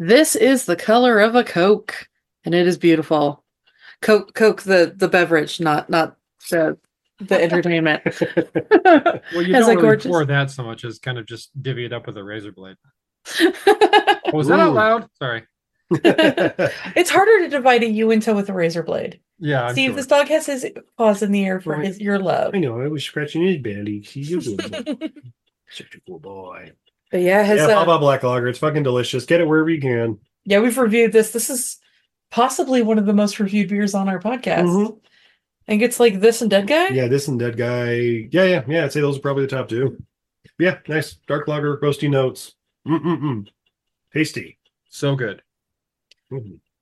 E: This is the color of a Coke, and it is beautiful. Coke, Coke, the the beverage, not not the
O: (laughs)
E: the entertainment.
D: Well, you
E: As
D: don't
E: a
D: really
E: gorgeous-
D: pour that so much as kind of just divvy it up with a razor
O: (laughs)
D: blade. Oh, was that out
E: Ooh.
D: loud? Sorry.
E: It's harder to divide a Uinta with a razor blade.
D: Yeah, I'm
E: Steve,
D: sure.
E: this dog has his paws in the air for
O: Right.
E: his your love.
O: I know. I was scratching his belly. He's a good
D: (laughs)
O: boy. Such a cool boy.
E: But yeah, his
O: yeah,
E: uh,
O: Baba Black Lager. It's fucking delicious. Get it wherever you can.
E: yeah, we've reviewed this. This is possibly one of the most reviewed beers on our podcast.
O: Mhm.
E: And gets like this and Dead Guy.
O: Yeah, this and Dead Guy. Yeah, yeah, yeah. I'd say those are probably the top two. Yeah, nice dark lager, roasty notes. Mm mm mm. Tasty.
D: So good.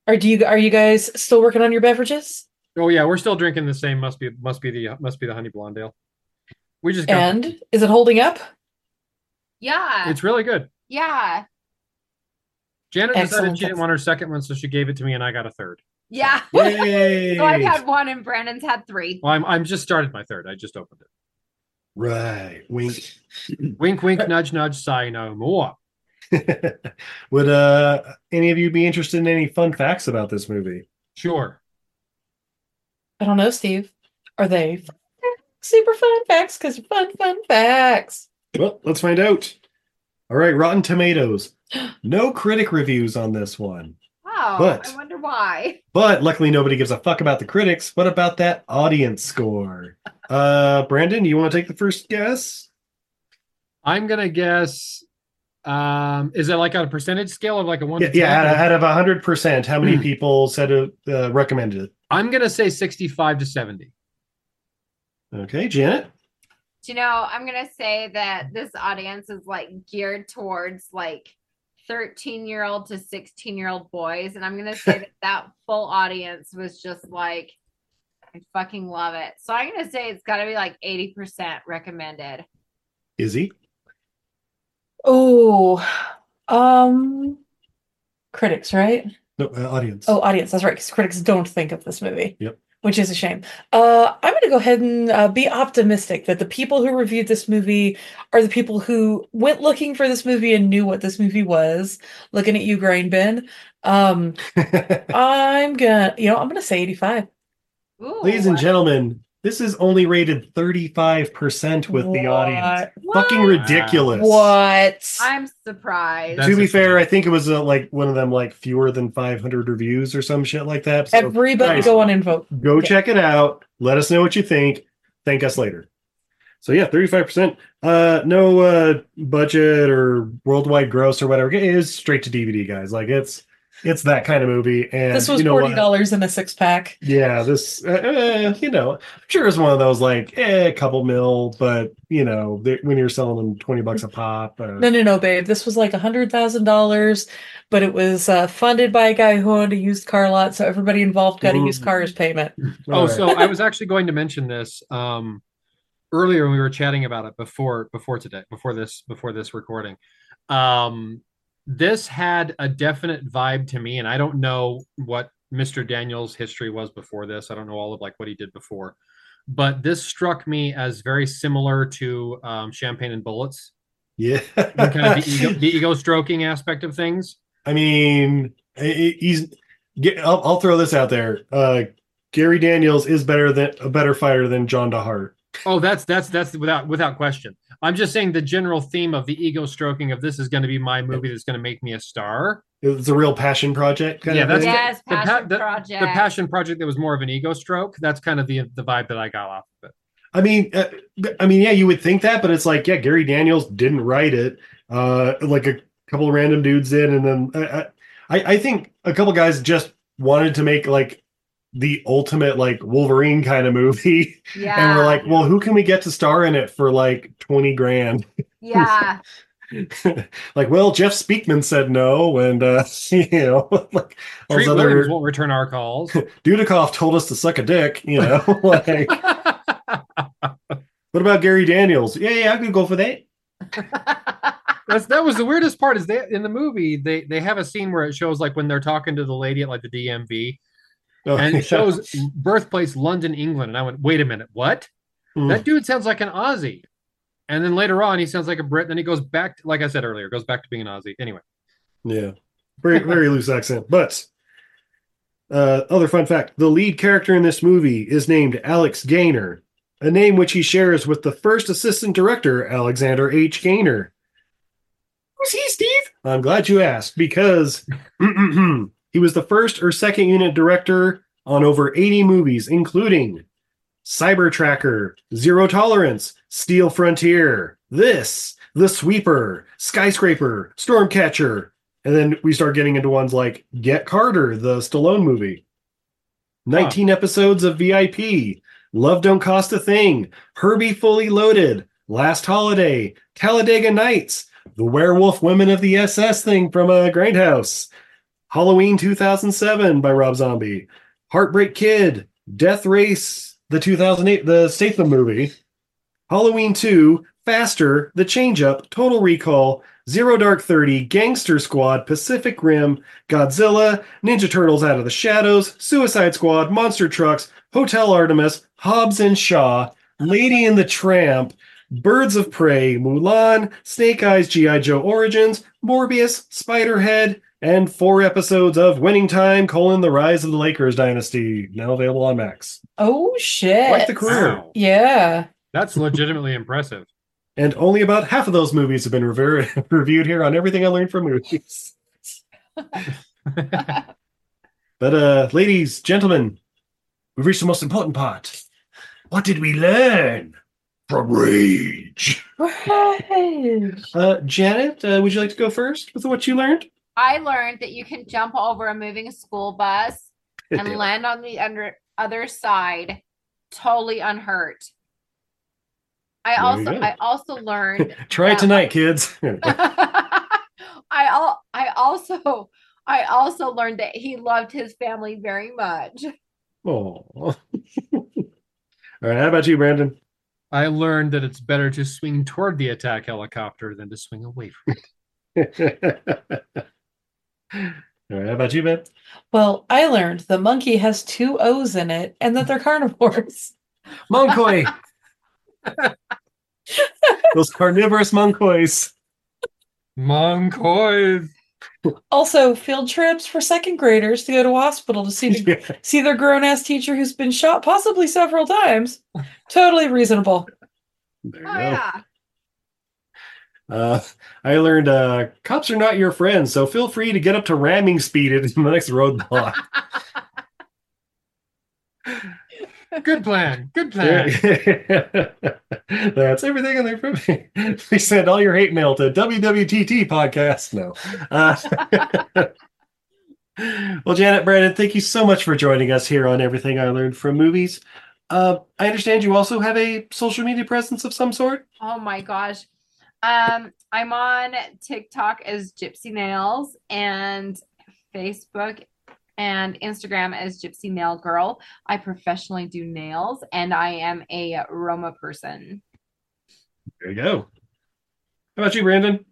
E: Are do you are you guys still working on your beverages?
D: Oh yeah, we're still drinking the same. Must be must be the must be the honey blonde ale. We just got
E: And is it holding up?
A: Yeah.
D: it's really good.
A: yeah.
D: Janet decided
A: Excellent.
D: she didn't want her second one, so she gave it to me, and I got a third.
A: Yeah. (laughs)
O: Yay.
A: so I've had one and Brandon's had three.
D: Well, I'm I'm just started my third. I just opened it.
O: Right. Wink.
D: (laughs) Wink, wink, nudge, nudge. Say no more.
O: Would uh any of you be interested in any fun facts about this movie?
D: Sure.
E: I don't know, Steve. Are they fun facts? super fun facts? Because fun, fun facts.
O: Well, let's find out. All right, Rotten Tomatoes. (gasps) No critic reviews on this one.
A: Oh,
O: But-
A: I wonder why.
O: But luckily, nobody gives a fuck about the critics. What about that audience score? Uh, Brandon, you want to take the first guess?
D: I'm gonna guess. Um, is it like on a percentage scale of like a one?
O: Yeah,
D: to
O: yeah
D: 10?
O: out, of, out of 100%, how many people said uh, uh, recommended it?
D: I'm gonna say 65 to 70.
O: Okay, Janet?
A: Do you know, I'm gonna say that this audience is like geared towards like 13 year old to 16 year old boys, and I'm gonna
D: (laughs)
A: say that that full audience was just like, I fucking love it. So I'm gonna say it's gotta be like 80% recommended.
O: Izzy?
E: Oh, um, critics, right?
O: No, uh, audience.
E: Oh, audience. That's right. Because critics don't think of this movie.
O: Yep.
E: Which is a shame. Uh, I'm going to go ahead and uh, be optimistic that the people who reviewed this movie are the people who went looking for this movie and knew what this movie was. Looking at you, grain bin.
O: (laughs)
E: Um, I'm gonna, you know, I'm gonna say 85.
O: (laughs) Ladies and gentlemen, this is only rated 35% with the audience. Fucking ridiculous.
E: What?
A: I'm surprised.
O: to be fair, I think it was uh, like one of them, like fewer than 500 reviews or some shit like that. So,
E: Everybody
O: guys,
E: go on and vote.
O: go check it out. Let us know what you think. Thank us later. So yeah, thirty five percent. Uh, no uh budget or worldwide gross or whatever. It is straight to DVD, guys. Like it's it's that kind of movie. And
E: This was
O: you know what?
E: forty dollars in a six pack.
O: Yeah, this uh, uh, you know, I'm sure it's one of those like eh, a couple mil, but you know, they, when you're selling them twenty bucks a pop. Uh,
E: No, no, no, babe. This was like a hundred thousand dollars, but it was uh, funded by a guy who owned a used car lot, so everybody involved got a used car as payment.
D: Oh, so I was actually going to mention this um, earlier when we were chatting about it before before today before this before this recording. Um, this had a definite vibe to me, and I don't know what Mr. Daniels' history was before this. I don't know all of like what he did before, but this struck me as very similar to um, Champagne and Bullets,
O: yeah.
D: and kind of the
O: (laughs)
D: ego, the ego stroking aspect of things.
O: I mean, i- i- he's. get- I'll, I'll throw this out there. Uh, Gary Daniels is better than a better fighter than John DeHart.
D: Oh, that's that's that's without without question. I'm just saying the general theme of the ego stroking of this is going to be my movie that's going to make me a star.
O: It's a real passion project. Kind
D: yeah,
O: of
D: that's
O: thing.
A: Yes,
D: the, pa-
A: passion
D: the,
A: project.
D: the passion project that was more of an ego stroke. That's kind of the the vibe that I got off of it.
O: I mean, uh, I mean, yeah, you would think that, but it's like, yeah, Gary Daniels didn't write it. Uh, like a couple of random dudes did, and then I, I- I, I think a couple guys just wanted to make like the ultimate like Wolverine kind of movie, (laughs) and
A: Yeah.
O: we're like, well, who can we get to star in it for like twenty grand?
A: Yeah.
O: (laughs) like, well, Jeff Speakman said no, and uh, (laughs) you know, like all those
D: Treat
O: other
D: Williams won't return our calls.
O: (laughs) Dudikoff told us to suck a dick, you know. (laughs) like, what about Gary Daniels? Yeah, yeah, I could go for that.
D: That's, that was the weirdest part is they in the movie they they have a scene where it shows like when they're talking to the lady at like the DMV,
O: Oh,
D: and
O: (laughs) yeah.
D: it shows birthplace London, England, and I went, wait a minute, what?
O: Hmm.
D: That dude sounds like an Aussie, and then later on he sounds like a Brit. Then he goes back, to, like I said earlier, goes back to being an Aussie. Anyway,
O: Yeah, very very loose accent. But uh, other fun fact: the lead character in this movie is named Alex Gaynor, a name which he shares with the first assistant director Alexander H. Gaynor. Who's he, Steve? I'm glad you asked because he was the first or second unit director on over 80 movies, including Cyber Tracker, Zero Tolerance, Steel Frontier, This, The Sweeper, Skyscraper, Stormcatcher. And then we start getting into ones like Get Carter, the Stallone movie, 19 episodes of VIP, Love Don't Cost a Thing, Herbie Fully Loaded, Last Holiday, Talladega Nights, The Werewolf Women of the SS thing from uh, Grindhouse, Halloween 2007 by Rob Zombie, Heartbreak Kid, Death Race, the 2008, the Statham movie, Halloween 2, Faster, The Change Up, Total Recall, Zero Dark 30, Gangster Squad, Pacific Rim, Godzilla, Ninja Turtles Out of the Shadows, Suicide Squad, Monster Trucks, Hotel Artemis, Hobbs and Shaw, Lady and the Tramp, Birds of Prey, Mulan, Snake Eyes, G.I. Joe Origins, Morbius, Spiderhead, and four episodes of Winning Time, colon, The Rise of the Lakers Dynasty, now available on Max.
E: Oh shit!
O: Quite the career.
E: Yeah.
D: that's legitimately impressive.
O: And only about half of those movies have been rever (laughs) reviewed here on Everything I Learned from Movies. but, uh, ladies, gentlemen, we've reached the most important part. What did we learn from Rage? Uh, Janet, uh, would you like to go first with what you learned?
A: I learned that you can jump over a moving school bus
O: (laughs) Good
A: and
O: deal.
A: land on the under, other side totally unhurt. I
O: There you
A: also
O: go.
A: I also learned
O: (laughs)
A: (laughs)
O: Try it tonight, kids. (laughs)
A: I all I also I also learned that he loved his family very much.
O: oh. (laughs) All right, how about you, Brandon?
D: I learned that it's better to swing toward the attack helicopter than to swing away from it.
O: All right, how about you, Ben?
E: Well, I learned the monkey has two O's in it and that they're carnivores. (laughs)
O: Monkoy. (laughs) Those carnivorous monkoys.
D: Monkoys.
E: Also, field trips for second graders to go to hospital to
O: (laughs)
E: see the, see their grown ass teacher who's been shot possibly several times. Totally reasonable.
O: Oh, yeah. Uh, I learned uh, cops are not your friends, so feel free to get up to ramming speed at the next roadblock.
D: Good plan. Good plan.
O: (laughs) That's everything in there from me. (laughs) Please send all your hate mail to WWTT podcast. No. Uh, (laughs) well, Janet Brandon, thank you so much for joining us here on Everything I Learned from Movies. Uh, I understand you also have a social media presence of some sort.
A: Oh my gosh. Um, I'm on TikTok as Gypsy Nails and Facebook and Instagram as Gypsy Nail Girl. I professionally do nails and I am a Roma person.
O: There you go. How about you, Brandon?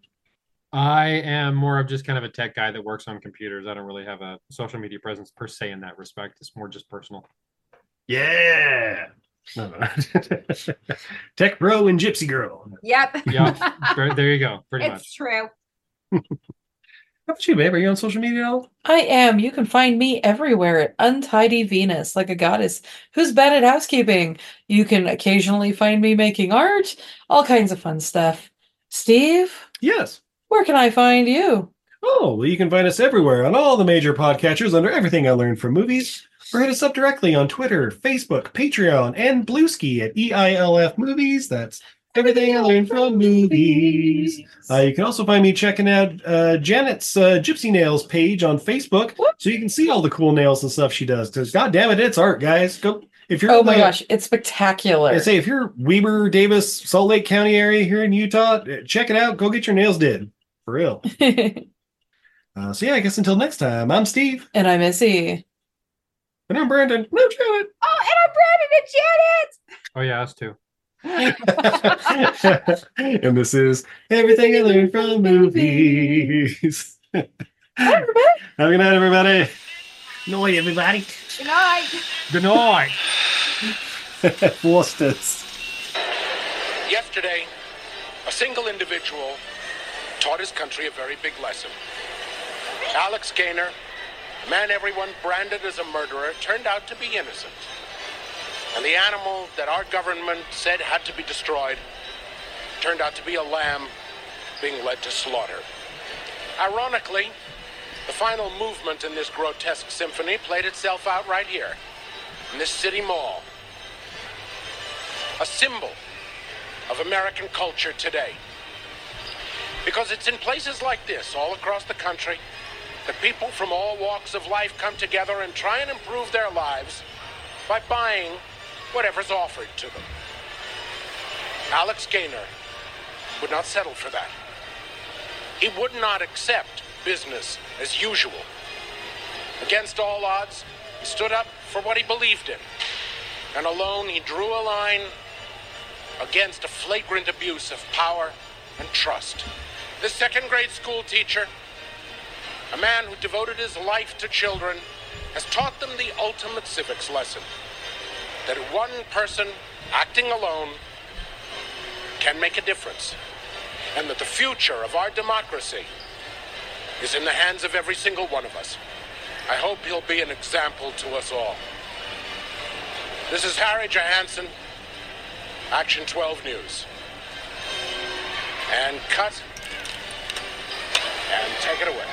D: I am more of just kind of a tech guy that works on computers. I don't really have a social media presence per se in that respect. It's more just personal.
O: Yeah. No, no. (laughs) Tech bro and gypsy girl.
A: Yep. (laughs)
D: Yeah. Right, there you go. Pretty
A: it's
D: much.
A: true.
O: How about you, babe? Are you on social media at all?
E: I am. You can find me everywhere at Untidy Venus, like a goddess who's bad at housekeeping. You can occasionally find me making art, all kinds of fun stuff. Steve?
O: Yes.
E: Where can I find you?
O: Oh, well, you can find us everywhere on all the major podcatchers under Everything I Learned from Movies, or hit us up directly on Twitter, Facebook, Patreon, and Bluesky at E EILF Movies. That's Everything I Learned from Movies. Uh, you can also find me checking out uh, Janet's uh, Gypsy Nails page on Facebook, so you can see all the cool nails and stuff she does. Because, God damn it, it's art, guys. Go If you're
E: oh
O: in
E: my
O: the-
E: gosh, it's spectacular.
O: I say if you're Weber, Davis, Salt Lake County area here in Utah, uh, check it out. Go get your nails did for real. uh, so yeah, I guess until next time, I'm Steve
E: (laughs) and I'm Missy,
O: and I'm Brandon. No, Janet.
A: Oh, and I'm Brandon and Janet.
D: Oh yeah, us too.
O: (laughs) and this is everything I learned from movies. Have a good night, everybody. Night, (laughs) everybody.
A: Good night.
O: Good night. Lost us.
G: Yesterday, a single individual taught his country a very big lesson. Alex Gaynor, the man everyone branded as a murderer, turned out to be innocent. And the animal that our government said had to be destroyed turned out to be a lamb being led to slaughter. Ironically, the final movement in this grotesque symphony played itself out right here, in this city mall. A symbol of American culture today. Because it's in places like this, all across the country, that people from all walks of life come together and try and improve their lives by buying whatever's offered to them. Alex Gaynor would not settle for that. He would not accept business as usual. Against all odds, he stood up for what he believed in. And alone, he drew a line against a flagrant abuse of power and trust. The second grade school teacher, a man who devoted his life to children, has taught them the ultimate civics lesson that one person acting alone can make a difference, and that the future of our democracy is in the hands of every single one of us. I hope he'll be an example to us all. This is Harry Johansson. Action 12 News. And cut. And take it away.